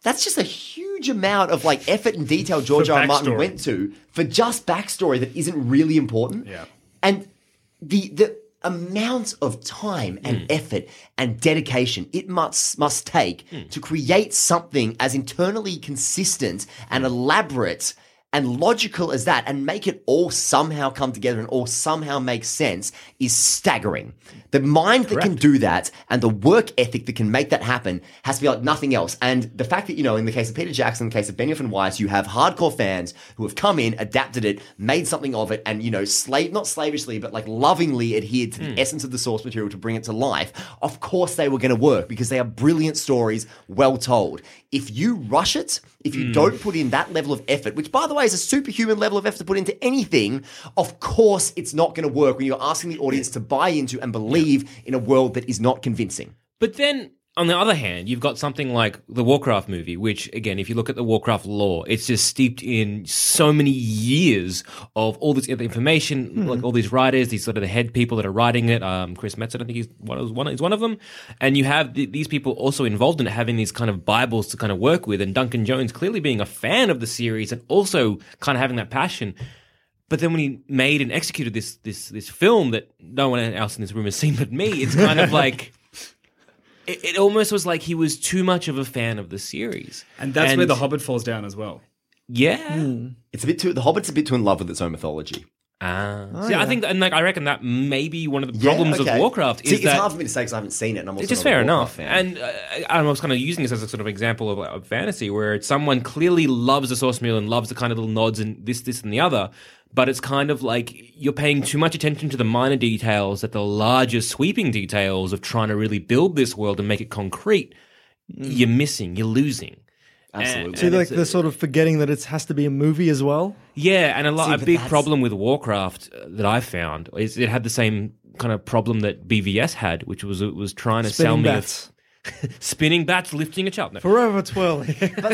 Speaker 3: that's just a huge amount of like effort and detail George
Speaker 4: For
Speaker 3: R. R. Martin
Speaker 4: backstory.
Speaker 3: went to for just backstory that isn't really important.
Speaker 4: Yeah.
Speaker 3: And the the amount of time and
Speaker 4: Hmm.
Speaker 3: effort and dedication it must must take
Speaker 4: Hmm.
Speaker 3: to create something as internally consistent and
Speaker 4: Hmm.
Speaker 3: elaborate and logical as that and make it all somehow come together and all somehow make sense is staggering. The mind that can do that and the work ethic that can make that happen has to be like nothing else. And the fact that, you know, in the case of Peter Jackson, in the case of Benioff and Weiss, you have hardcore fans who have come in, adapted it, made something of it, and, you know, slave, not slavishly, but like lovingly adhered to the essence of the source material to bring it to life. Of course they were going to work because they are brilliant stories, well told. If you rush it, if you don't put in that level of effort, which by the way is a superhuman level of effort to put into anything, of course it's not going to work when you're asking the audience to buy into and believe in a world that is not convincing.
Speaker 1: But then, on the other hand, you've got something like the Warcraft movie, which, again, if you look at the Warcraft lore, it's just steeped in so many years of all this other information, like all these writers, these sort of the head people that are writing it. Um, Chris Metzen, I think he's one, is one, is one of them. And you have th- these people also involved in it, having these kind of Bibles to kind of work with, and Duncan Jones clearly being a fan of the series and also kind of having that passion. But then when he made and executed this this this film that no one else in this room has seen but me, it's kind of like it, it almost was like he was too much of a fan of the series.
Speaker 4: And that's where The Hobbit falls down as well.
Speaker 1: Yeah.
Speaker 3: It's a bit too. The Hobbit's a bit too in love with its own mythology.
Speaker 1: Ah. See, I think, and like, I reckon that may be one of the
Speaker 3: Yeah,
Speaker 1: problems
Speaker 3: okay.
Speaker 1: with Warcraft
Speaker 3: See,
Speaker 1: is
Speaker 3: it's
Speaker 1: that
Speaker 3: hard for me to say because I haven't seen it. And I'm also
Speaker 1: It's just
Speaker 3: not a
Speaker 1: fair
Speaker 3: Warcraft
Speaker 1: enough.
Speaker 3: fan.
Speaker 1: And uh, I I was kind of using this as a sort of example of, of fantasy, where it's someone clearly loves the source material and loves the kind of little nods and this, this, and the other. But it's kind of like you're paying too much attention to the minor details that the larger sweeping details of trying to really build this world and make it concrete, you're missing, you're losing.
Speaker 3: Mm. absolutely.
Speaker 2: See, like
Speaker 1: it's a-
Speaker 2: they're sort of forgetting that it has to be a movie as well.
Speaker 1: Yeah, and a, lot,
Speaker 3: See,
Speaker 1: a
Speaker 3: but
Speaker 1: big
Speaker 3: that's-
Speaker 1: problem with Warcraft uh, that I found is it had the same kind of problem that BVS had, which was it was trying to sell
Speaker 2: Spinning
Speaker 1: me a-
Speaker 2: bats.
Speaker 1: spinning bats, lifting a child. No.
Speaker 2: Forever twirling.
Speaker 3: Hmm.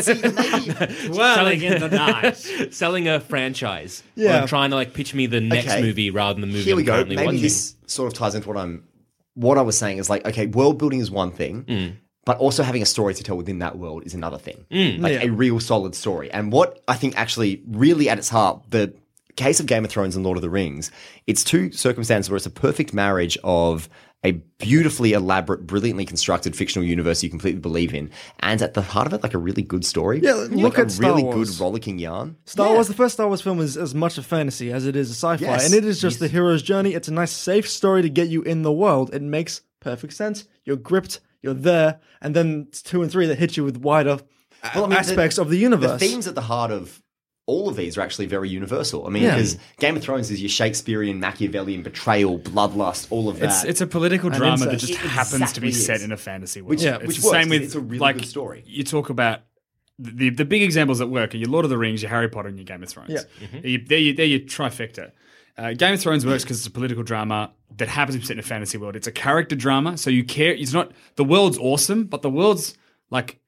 Speaker 1: selling in the night, selling a franchise.
Speaker 2: Yeah.
Speaker 1: or trying to like pitch me the next
Speaker 3: Okay.
Speaker 1: movie rather than the movie
Speaker 3: Here we
Speaker 1: I'm
Speaker 3: go.
Speaker 1: currently
Speaker 3: Maybe
Speaker 1: watching.
Speaker 3: this sort of ties into what I'm, what I was saying is like, okay, world building is one thing,
Speaker 1: Mm.
Speaker 3: but also having a story to tell within that world is another thing. Like a real solid story. And what I think actually, really at its heart, the case of Game of Thrones and Lord of the Rings, it's two circumstances where it's a perfect marriage of a beautifully elaborate, brilliantly constructed fictional universe you completely believe in, and at the heart of it, like a really good story.
Speaker 2: Yeah,
Speaker 3: Like
Speaker 2: look
Speaker 3: a
Speaker 2: at Star
Speaker 3: really
Speaker 2: Wars.
Speaker 3: good rollicking yarn.
Speaker 2: Star Wars, the first Star Wars film, is as much a fantasy as it is a sci-fi,
Speaker 3: Yes.
Speaker 2: and it is just the hero's journey. It's a nice, safe story to get you in the world. It makes perfect sense. You're gripped. You're there, and then it's two and three that hit you with wider uh,
Speaker 3: Well, I mean,
Speaker 2: aspects of the universe.
Speaker 3: The themes at the heart of all of these are actually very universal. I mean,
Speaker 2: Yeah.
Speaker 3: because Game of Thrones is your Shakespearean, Machiavellian betrayal, bloodlust, all of that.
Speaker 4: It's it's a political drama that
Speaker 2: incest.
Speaker 4: just
Speaker 3: It
Speaker 4: happens to be
Speaker 3: exactly is.
Speaker 4: set in a fantasy world.
Speaker 3: Which-
Speaker 2: Yeah.
Speaker 4: it's
Speaker 3: which
Speaker 4: the
Speaker 3: works,
Speaker 4: same with
Speaker 3: it's a really
Speaker 4: like
Speaker 3: good story.
Speaker 4: You talk about the the big examples that work are your Lord of the Rings, your Harry Potter, and your Game of Thrones.
Speaker 2: Yeah.
Speaker 4: You- They're, your, they're your trifecta. Uh, Game of Thrones works because it's a political drama that happens to be set in a fantasy world. It's a character drama, so you care. It's not the world's awesome, but the world's like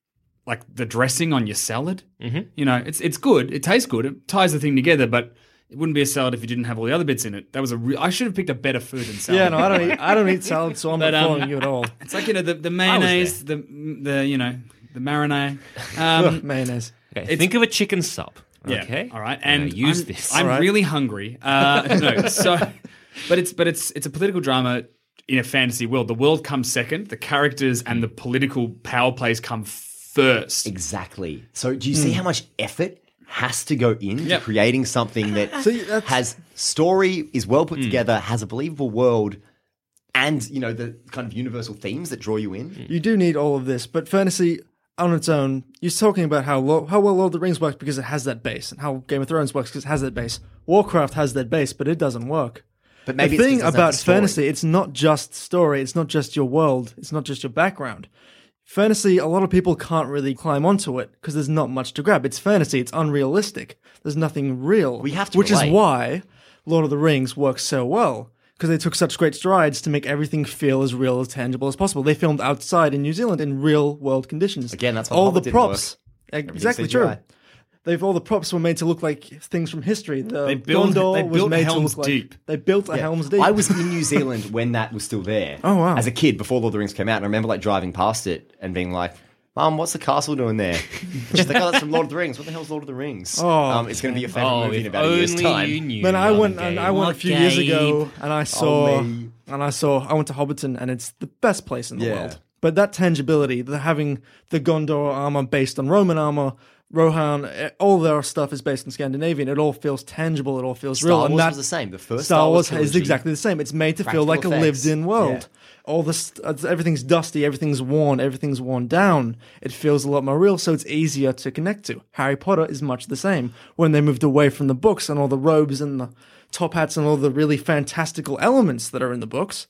Speaker 4: like the dressing on your salad. Mm-hmm. You know, it's it's good. It tastes good. It ties the thing together, but. It wouldn't be a salad if you didn't have all the other bits in it. That was a. Re- I should have picked a better food than salad.
Speaker 2: yeah, no, I don't eat. I don't eat salad, so I'm
Speaker 4: But,
Speaker 2: not
Speaker 4: um,
Speaker 2: following you at all.
Speaker 4: It's like you know the, the mayonnaise, the the you know the marinade. Um,
Speaker 2: Mayonnaise.
Speaker 1: Okay, think of a chicken sub.
Speaker 4: yeah.
Speaker 1: Okay.
Speaker 4: All right.
Speaker 1: I'm
Speaker 4: And
Speaker 1: gonna use
Speaker 4: I'm,
Speaker 1: this.
Speaker 4: I'm
Speaker 2: All right.
Speaker 4: really hungry. Uh, no. So, but it's but it's it's a political drama in a fantasy world. The world comes second. The characters and the political power plays come first.
Speaker 3: exactly. So, do you
Speaker 2: Hmm.
Speaker 3: see how much effort has to go into
Speaker 4: Yep.
Speaker 3: creating something that
Speaker 2: See, that's- Hmm.
Speaker 3: has story, is well put together, has a believable world, and you know the kind of universal themes that draw you in?
Speaker 2: You do need all of this, but fantasy on its own, you're talking about how lo- how well Lord of the Rings works because it has that base, and how Game of Thrones works because it has that base. Warcraft has that base, but it doesn't work.
Speaker 3: But maybe
Speaker 2: the
Speaker 3: it's 'cause
Speaker 2: thing
Speaker 3: it doesn't have
Speaker 2: about
Speaker 3: the story.
Speaker 2: fantasy, it's not just story, it's not just your world, it's not just your background. Fantasy, a lot of people can't really climb onto it because there's not much to grab. It's fantasy, it's unrealistic. There's nothing real.
Speaker 3: We have to
Speaker 2: which
Speaker 3: relate.
Speaker 2: is why Lord of the Rings works so well because they took such great strides to make everything feel as real as tangible as possible. They filmed outside in New Zealand in real world conditions.
Speaker 3: Again, that's why The
Speaker 2: all
Speaker 3: Hobbit
Speaker 2: the
Speaker 3: didn't work.
Speaker 2: props.
Speaker 3: Everything's
Speaker 2: Exactly true.
Speaker 3: CGI.
Speaker 2: They've all the props were made to look like things from history. The
Speaker 4: They build-
Speaker 2: Gondor
Speaker 4: they
Speaker 2: was
Speaker 4: built
Speaker 2: made
Speaker 4: Helm's
Speaker 2: to look
Speaker 4: Deep.
Speaker 2: like they built a Helm's Deep.
Speaker 3: I was in New Zealand when that was still there.
Speaker 2: Oh, wow.
Speaker 3: As a kid, before Lord of the Rings came out, and I remember like driving past it and being like, "Mum, what's the castle doing there?" And she's like, "Oh, that's from Lord of the Rings. What the hell's Lord of the Rings? Oh, um, it's going to be your favorite
Speaker 1: Oh,
Speaker 3: movie in about a year's time."
Speaker 1: knew.
Speaker 2: Man, I
Speaker 1: Mum
Speaker 2: went.
Speaker 1: and
Speaker 2: And
Speaker 1: Gabe.
Speaker 2: I went a
Speaker 1: What,
Speaker 2: few years
Speaker 1: Gabe?
Speaker 2: ago, and I saw,
Speaker 3: me.
Speaker 2: and I saw. I went to Hobbiton, and it's the best place in the
Speaker 3: Yeah.
Speaker 2: world. But that tangibility, the having the Gondor armor based on Roman armor, Rohan, eh, all their stuff is based in Scandinavian. It all feels tangible. It all feels
Speaker 3: Star
Speaker 2: real.
Speaker 3: Wars
Speaker 2: and that
Speaker 3: was the same. The first
Speaker 2: Star,
Speaker 3: Star Wars
Speaker 2: Wars, is
Speaker 3: trilogy,
Speaker 2: exactly the same. It's made to feel
Speaker 3: practical
Speaker 2: like a
Speaker 3: effects.
Speaker 2: lived-in world. All this, uh, everything's dusty. Everything's worn. Everything's worn down. It feels a lot more real, so it's easier to connect to. Harry Potter is much the same. When they moved away from the books and all the robes and the top hats and all the really fantastical elements that are in the books,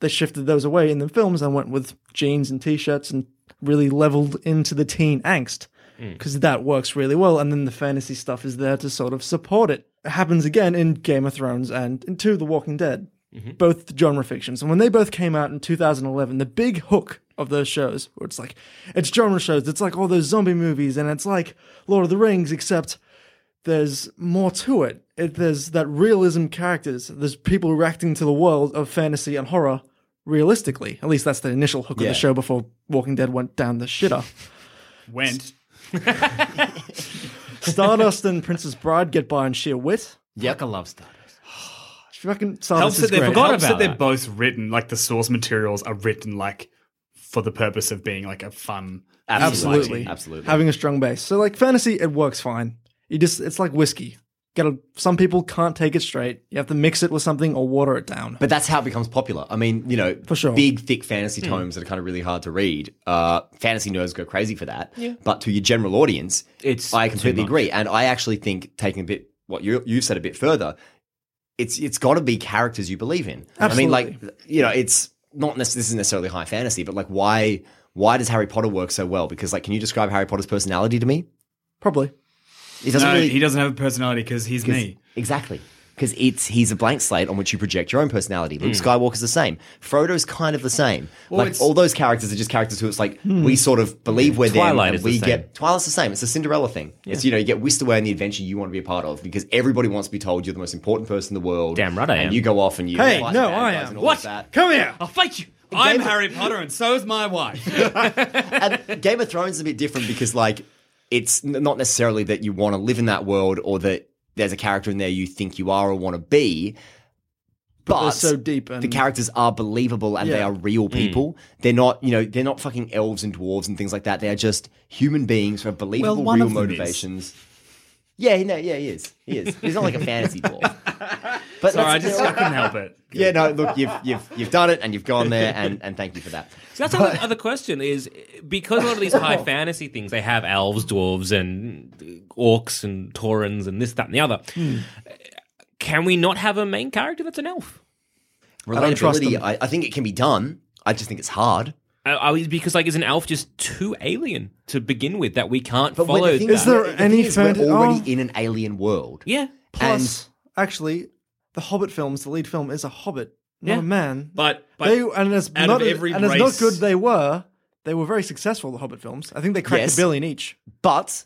Speaker 2: they shifted those away in the films and went with jeans and t-shirts and really leveled into the teen angst because that works really well and then the fantasy stuff is there to sort of support it it happens again in game of thrones and in two the walking dead both genre fictions and when they both came out in 2011 the big hook of those shows where it's like it's genre shows it's like all those zombie movies and it's like lord of the rings except there's more to it. it there's that realism characters. There's people reacting to the world of fantasy and horror realistically. At least that's the initial hook of
Speaker 3: Yeah.
Speaker 2: the show before Walking Dead went down the shitter.
Speaker 4: Went.
Speaker 2: Stardust and Princess Bride get by on sheer wit.
Speaker 1: Yucca love starters.
Speaker 2: Fucking Stardust
Speaker 4: Helps
Speaker 2: is
Speaker 4: that they
Speaker 2: great.
Speaker 4: forgot
Speaker 1: Helps
Speaker 4: about.
Speaker 1: that
Speaker 4: That
Speaker 1: they're
Speaker 4: they're both written like the source materials are written like for the purpose of being like a fun.
Speaker 2: Absolutely.
Speaker 3: Absolutely.
Speaker 2: having a strong base. So like fantasy, it works fine. You just it's like whiskey. Gotta some people can't take it straight. You have to mix it with something or water it down.
Speaker 3: But that's how it becomes popular. I mean, you know,
Speaker 2: For sure.
Speaker 3: big, thick fantasy tomes that are kind of really hard to read. Uh, fantasy nerds go crazy for that. But to your general audience,
Speaker 1: It's
Speaker 3: I
Speaker 1: too
Speaker 3: completely
Speaker 1: much.
Speaker 3: agree. And I actually think taking a bit what you you've said a bit further, it's it's got to be characters you believe in. I mean, like you know, it's not necess- this is necessarily high fantasy, but like why why does Harry Potter work so well? Because like, can you describe Harry Potter's personality to me?
Speaker 2: Probably.
Speaker 3: It doesn't
Speaker 4: no,
Speaker 3: really.
Speaker 4: he doesn't have a personality because he's
Speaker 3: 'Cause-
Speaker 4: me.
Speaker 3: Exactly. Because it's he's a blank slate on which you project your own personality. Luke
Speaker 1: Hmm.
Speaker 3: Skywalker's the same. Frodo's kind of the same. like
Speaker 4: it's-
Speaker 3: all those characters are just characters who it's like we sort of believe we're them
Speaker 1: Hmm. Twilight
Speaker 3: and
Speaker 1: is the
Speaker 3: we
Speaker 1: same.
Speaker 3: get Twilight's the same. It's a Cinderella thing. It's you know you get whisked away in the adventure you want to be a part of because everybody wants to be told you're the most important person in the world.
Speaker 1: Damn right I
Speaker 3: And
Speaker 1: am.
Speaker 3: you go off and you
Speaker 2: Hey,
Speaker 3: fight
Speaker 2: no,
Speaker 3: the bad
Speaker 2: I
Speaker 3: guys
Speaker 2: am.
Speaker 3: and all
Speaker 1: What?
Speaker 3: of that.
Speaker 2: Come here.
Speaker 1: I'll fight you.
Speaker 4: I'm
Speaker 3: David-
Speaker 4: Harry Potter, and so is my wife.
Speaker 3: and Game of Thrones is a bit different because like it's n- not necessarily that you want to live in that world or that there's a character in there you think you are or want to be. But,
Speaker 2: they're so deep and-
Speaker 3: the characters are believable and they
Speaker 2: Yeah.
Speaker 3: are real
Speaker 4: Hmm.
Speaker 3: people. They're not, you know, they're not fucking elves and dwarves and things like that. They are just human beings who have believable
Speaker 4: one
Speaker 3: real
Speaker 4: of them is.
Speaker 3: motivations. Yeah, no, yeah, he is. He is. He's not like a fantasy dwarf. But
Speaker 4: Sorry, I
Speaker 3: that's-
Speaker 4: just I couldn't help it.
Speaker 3: yeah, no. Look, you've you've you've done it, and you've gone there, and and thank you for that.
Speaker 1: So that's another other question is because a lot of these high fantasy things they have elves, dwarves, and orcs and taurans and this, that, and the other. Can we not have a main character that's an elf?
Speaker 2: don't trust
Speaker 3: Relatability,
Speaker 2: them.
Speaker 3: I, I think it can be done. I just think it's hard.
Speaker 1: I, I was- Uh, oh, because like is an elf just too alien to begin with that we can't
Speaker 3: But
Speaker 1: follow?
Speaker 3: when the thing
Speaker 1: that?
Speaker 2: Is there
Speaker 3: the thing
Speaker 2: any
Speaker 3: is we're
Speaker 2: fanta-
Speaker 3: already
Speaker 2: oh.
Speaker 3: in an alien world?
Speaker 1: yeah,
Speaker 2: Plus, actually, the Hobbit films, the lead film is a Hobbit, not
Speaker 1: Yeah.
Speaker 2: a man.
Speaker 1: But- but
Speaker 2: they and as
Speaker 4: out
Speaker 2: not
Speaker 4: of every
Speaker 2: and as not
Speaker 4: race-
Speaker 2: good they were, they were very successful. The Hobbit films, I think they cracked
Speaker 3: Yes.
Speaker 2: a billion each.
Speaker 3: But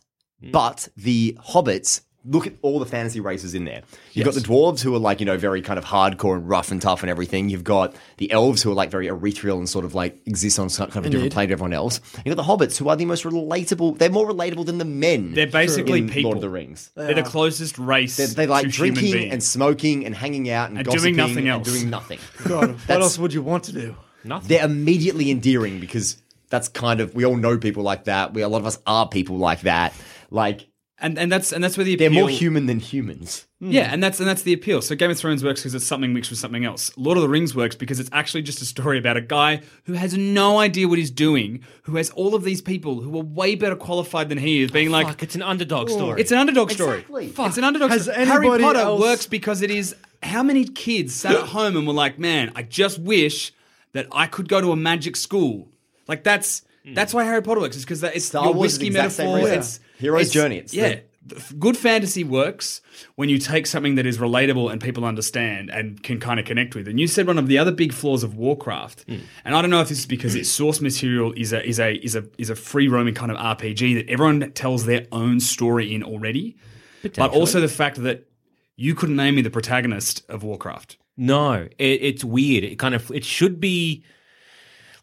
Speaker 3: but the hobbits. Look at all the fantasy races in there. You've got the dwarves who are like, you know, very kind of hardcore and rough and tough and everything. You've got the elves who are like very ethereal and sort of like exist on some kind of a different
Speaker 2: Indeed.
Speaker 3: plane to everyone else. You've got the hobbits who are the most relatable. They're more relatable than the men.
Speaker 4: They're basically
Speaker 3: in
Speaker 4: people.
Speaker 3: Lord of the Rings.
Speaker 4: They're the closest race.
Speaker 3: They, they like
Speaker 4: to human
Speaker 3: drinking
Speaker 4: beings.
Speaker 3: and smoking and hanging out and,
Speaker 4: And doing
Speaker 3: gossiping
Speaker 4: nothing
Speaker 3: and
Speaker 4: else.
Speaker 3: doing nothing.
Speaker 2: God, what
Speaker 3: That's-
Speaker 2: else would you want to do?
Speaker 1: nothing.
Speaker 3: they're immediately endearing because that's kind of we all know people like that. We a lot of us are people like that. Like
Speaker 4: and and that's and that's where the
Speaker 3: they're
Speaker 4: appeal.
Speaker 3: more human than humans.
Speaker 4: Yeah, and that's and that's the appeal. So Game of Thrones works because it's something mixed with something else. Lord of the Rings works because it's actually just a story about a guy who has no idea what he's doing, who has all of these people who are way better qualified than he is, being like,
Speaker 1: Fuck, it's an underdog
Speaker 3: Oh.
Speaker 1: story.
Speaker 4: it's an underdog story.
Speaker 3: Exactly.
Speaker 4: It's an underdog
Speaker 2: Has
Speaker 4: story. Harry
Speaker 2: anybody
Speaker 4: Potter
Speaker 2: else-
Speaker 4: works because it is how many kids sat at home and were like, "Man, I just wish that I could go to a magic school." Like that's that's why Harry Potter works. It's because it's
Speaker 3: Star
Speaker 4: your
Speaker 3: Wars is
Speaker 4: whiskey
Speaker 3: the exact same
Speaker 4: metaphor.
Speaker 3: reason.
Speaker 4: It's
Speaker 3: Hero's
Speaker 4: it's-
Speaker 3: journey. It's the-
Speaker 4: yeah, th- good fantasy works when you take something that is relatable and people understand and can kind of connect with. And you said one of the other big flaws of Warcraft, and I don't know if this is because its source material is a is a is a is a free roaming kind of RPG that everyone tells their own story in already, but also the fact that you couldn't name me the protagonist of Warcraft.
Speaker 1: No, it, it's weird. It kind of it should be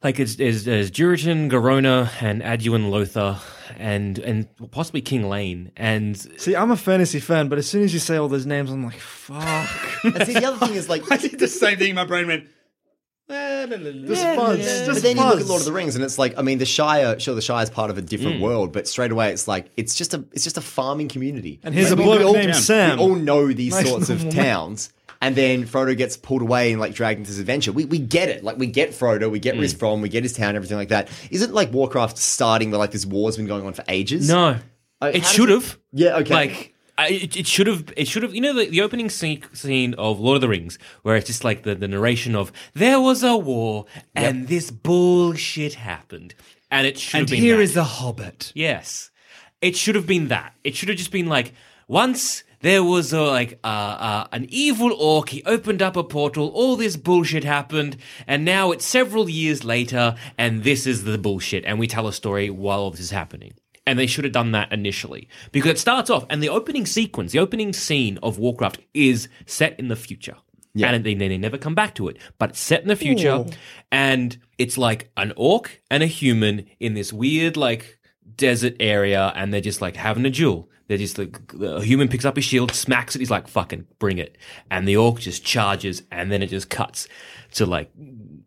Speaker 1: like it's there's, there's Duritan, Garona, and Aduin Lothar, and and possibly King Lane, and
Speaker 2: See, I'm a fantasy fan, but as soon as you say all those names, I'm like, fuck.
Speaker 3: And see, the other thing is like.
Speaker 4: I did the same thing. My brain went.
Speaker 2: Just fuzz.
Speaker 3: But
Speaker 2: Just
Speaker 3: then you look at
Speaker 2: fuzz.
Speaker 3: Lord of the Rings, and it's like, I mean, the Shire. Sure, the Shire is part of a different world, but straight away, it's like it's just a it's just a farming community.
Speaker 2: And here's
Speaker 3: Like,
Speaker 2: a
Speaker 3: we-
Speaker 2: bloke
Speaker 3: we all-
Speaker 2: named Sam.
Speaker 3: We all know these
Speaker 2: Nice
Speaker 3: sorts of
Speaker 2: normal
Speaker 3: towns, and then Frodo gets pulled away and like dragged into this adventure. We we get it. Like we get Frodo, we get where he's from, we get his town, everything like that. Isn't like Warcraft starting where like this war's been going on for ages?
Speaker 1: no,
Speaker 3: Uh,
Speaker 1: it
Speaker 3: how
Speaker 1: should
Speaker 3: does
Speaker 1: have.
Speaker 3: Yeah, okay.
Speaker 1: Like I, it, it should have. It should have. You know the, the opening scene, scene of Lord of the Rings, where it's just like the, the narration of there was a war and this bullshit happened, and it should.
Speaker 4: And
Speaker 1: have been
Speaker 4: here
Speaker 1: that.
Speaker 4: is the Hobbit.
Speaker 1: Yes. It should have been that. It should have just been like once there was a, like uh, uh, an evil orc. He opened up a portal. All this bullshit happened, and now it's several years later, and this is the bullshit. And we tell a story while all this is happening. And they should have done that initially because it starts off, and the opening sequence, the opening scene of Warcraft is set in the future. And they, they never come back to it, but it's set in the future, and it's like an orc and a human in this weird, like desert area and they're just like having a duel. They're just like, a human picks up his shield, smacks it, he's like, fucking bring it. And the orc just charges and then it just cuts to like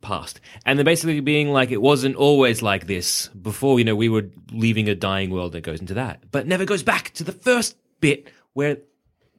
Speaker 1: past. And they're basically being like, it wasn't always like this. Before, you know, we were leaving a dying world that goes into that, but never goes back to the first bit where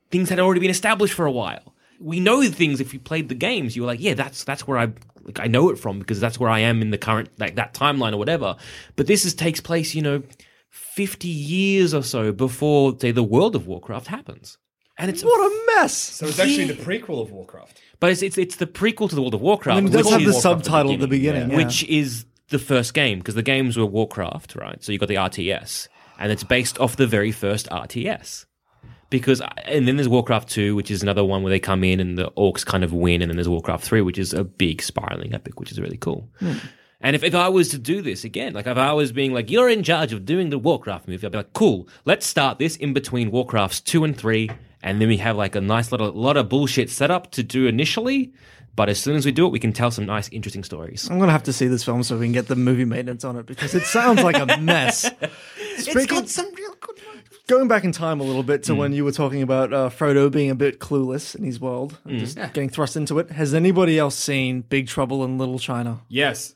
Speaker 1: things had already been established for a while. We know the things if you played the games. You were like, yeah, that's that's where I like, I know it from because that's where I am in the current like that timeline or whatever. But this is takes place, you know, fifty years or so before say the World of Warcraft happens, and it's
Speaker 2: What a mess!
Speaker 4: So it's actually the prequel of Warcraft.
Speaker 1: but it's it's, it's the prequel to the World of Warcraft.
Speaker 2: And it does
Speaker 1: which
Speaker 2: have the
Speaker 1: is-
Speaker 2: subtitle at the beginning, yeah.
Speaker 1: which is the first game because the games were Warcraft, right? So you got the RTS, and it's based off the very first RTS. Because and then there's Warcraft two, which is another one where they come in and the orcs kind of win, and then there's Warcraft three, which is a big spiraling epic, which is really cool.
Speaker 4: Hmm.
Speaker 1: And if, if I was to do this again, like if I was being like, you're in charge of doing the Warcraft movie, I'd be like, cool, let's start this in between Warcrafts two and three, and then we have like a nice little lot of bullshit set up to do initially. But as soon as we do it, we can tell some nice, interesting stories.
Speaker 2: I'm gonna have to see this film so we can get the movie maintenance on it because it sounds like a mess. Speaking,
Speaker 3: It's got some real good ones.
Speaker 2: going back in time a little bit to when you were talking about uh, Frodo being a bit clueless in his world and just getting thrust into it. Has anybody else seen Big Trouble in Little China?
Speaker 4: Yes.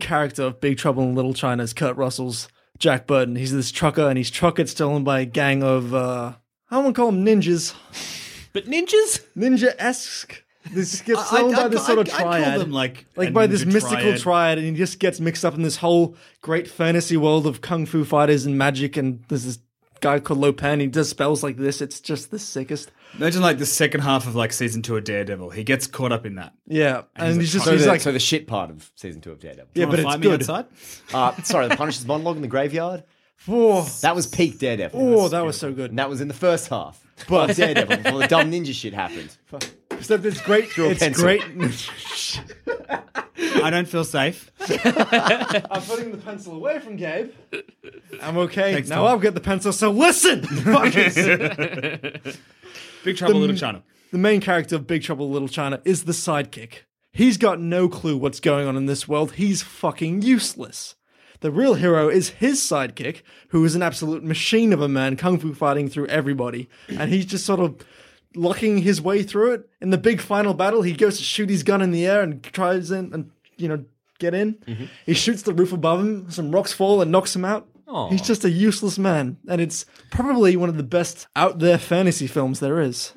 Speaker 2: character of Big Trouble in Little China is Kurt Russell's Jack Burton. He's this trucker, and his truck gets stolen by a gang of uh, I won't call them ninjas,
Speaker 1: But ninjas?
Speaker 2: ninja esque. This gets stolen
Speaker 4: I-
Speaker 2: by this sort of
Speaker 4: I- I call
Speaker 2: triad,
Speaker 4: them like a
Speaker 2: like by this
Speaker 4: ninja
Speaker 2: mystical triad.
Speaker 4: triad.
Speaker 2: and he just gets mixed up in this whole great fantasy world of kung fu fighters and magic. And there's this guy called Lopan. He does spells like this. It's just the sickest.
Speaker 4: Imagine like the second half of like season two of Daredevil. He gets caught up in that.
Speaker 2: Yeah, and, he's, just
Speaker 3: So,
Speaker 2: he's
Speaker 3: the,
Speaker 2: like,
Speaker 3: so the shit part of season two of Daredevil.
Speaker 2: yeah, but
Speaker 4: Wanna
Speaker 2: it's
Speaker 4: fight me
Speaker 2: good.
Speaker 4: outside?
Speaker 3: Uh, sorry, the Punisher's monologue in the graveyard.
Speaker 2: Oh,
Speaker 3: That was peak Daredevil.
Speaker 2: oh, that was so good.
Speaker 3: And that was in the first half. But Daredevil, before the dumb ninja shit happened.
Speaker 2: So it's great.
Speaker 3: a
Speaker 2: It's
Speaker 3: pencil.
Speaker 2: great.
Speaker 4: I don't feel safe.
Speaker 2: I'm putting the pencil away from Gabe. I'm okay.
Speaker 4: Thanks,
Speaker 2: now
Speaker 4: Tom.
Speaker 2: I've got the pencil, so listen! fuckers!
Speaker 4: Big Trouble in Little China.
Speaker 2: the main character of Big Trouble in Little China is the sidekick. He's got no clue what's going on in this world. He's fucking useless. The real hero is his sidekick, who is an absolute machine of a man, kung fu fighting through everybody. And he's just sort of lucking his way through it. In the big final battle, he goes to shoot his gun in the air and tries in and, you know, get in. He shoots the roof above him, some rocks fall and knocks him out. He's just a useless man. And it's probably one of the best out there fantasy films there is.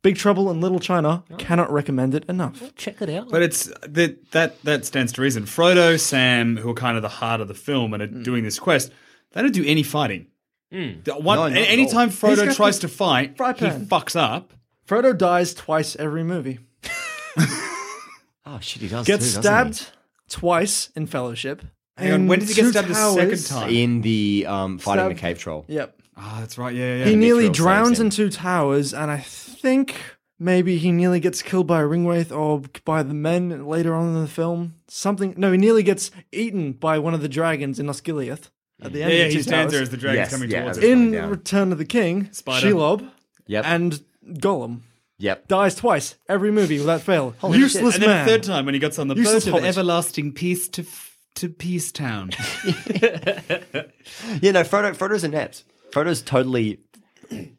Speaker 2: Big Trouble in Little China.
Speaker 4: Oh.
Speaker 2: Cannot recommend it enough.
Speaker 4: But it's that that that stands to reason. Frodo, Sam, who are kind of the heart of the film and are
Speaker 2: Mm.
Speaker 4: doing this quest, they don't do any fighting. The One,
Speaker 3: No,
Speaker 4: a-
Speaker 3: not at
Speaker 4: anytime
Speaker 2: He's
Speaker 4: Frodo
Speaker 2: got
Speaker 4: tries
Speaker 2: the
Speaker 4: to fight,
Speaker 2: fry
Speaker 4: he
Speaker 2: pan.
Speaker 4: fucks up.
Speaker 2: Frodo dies twice every movie.
Speaker 3: Oh, shit, he does.
Speaker 2: Gets
Speaker 3: too, doesn't
Speaker 2: stabbed twice in Fellowship.
Speaker 4: Hang on,
Speaker 2: In
Speaker 4: when did he get
Speaker 2: Two
Speaker 4: stabbed the
Speaker 2: Towers-
Speaker 4: second time?
Speaker 3: he? In the um, fighting
Speaker 2: Stabbed.
Speaker 3: the cave troll.
Speaker 2: Yep.
Speaker 4: Ah, that's right. Yeah, yeah.
Speaker 2: he
Speaker 4: yeah.
Speaker 2: nearly
Speaker 3: Mithril saves
Speaker 2: drowns
Speaker 3: him.
Speaker 2: in two towers, and I think maybe he nearly gets killed by a ringwraith or by the men later on in the film. Something. No, he nearly gets eaten by one of the dragons in Osgiliath at the
Speaker 4: Yeah,
Speaker 2: end.
Speaker 4: yeah.
Speaker 2: of two
Speaker 4: He stands there
Speaker 2: towers.
Speaker 4: as the dragon's
Speaker 3: Yes,
Speaker 4: coming
Speaker 3: yeah,
Speaker 4: towards
Speaker 3: that's
Speaker 4: him.
Speaker 3: right.
Speaker 2: in
Speaker 3: down.
Speaker 2: Return of the King.
Speaker 4: Spider.
Speaker 2: Shelob,
Speaker 3: Yep.
Speaker 2: and Gollum
Speaker 3: Yep.
Speaker 2: dies twice every movie without fail. Useless
Speaker 4: And then
Speaker 2: man.
Speaker 4: the third time when he gets on the
Speaker 2: Useless
Speaker 4: boat of
Speaker 2: hobbit.
Speaker 4: everlasting peace to f- to peace town.
Speaker 3: Yeah, no, Frodo, Frodo's inept. Frodo's totally.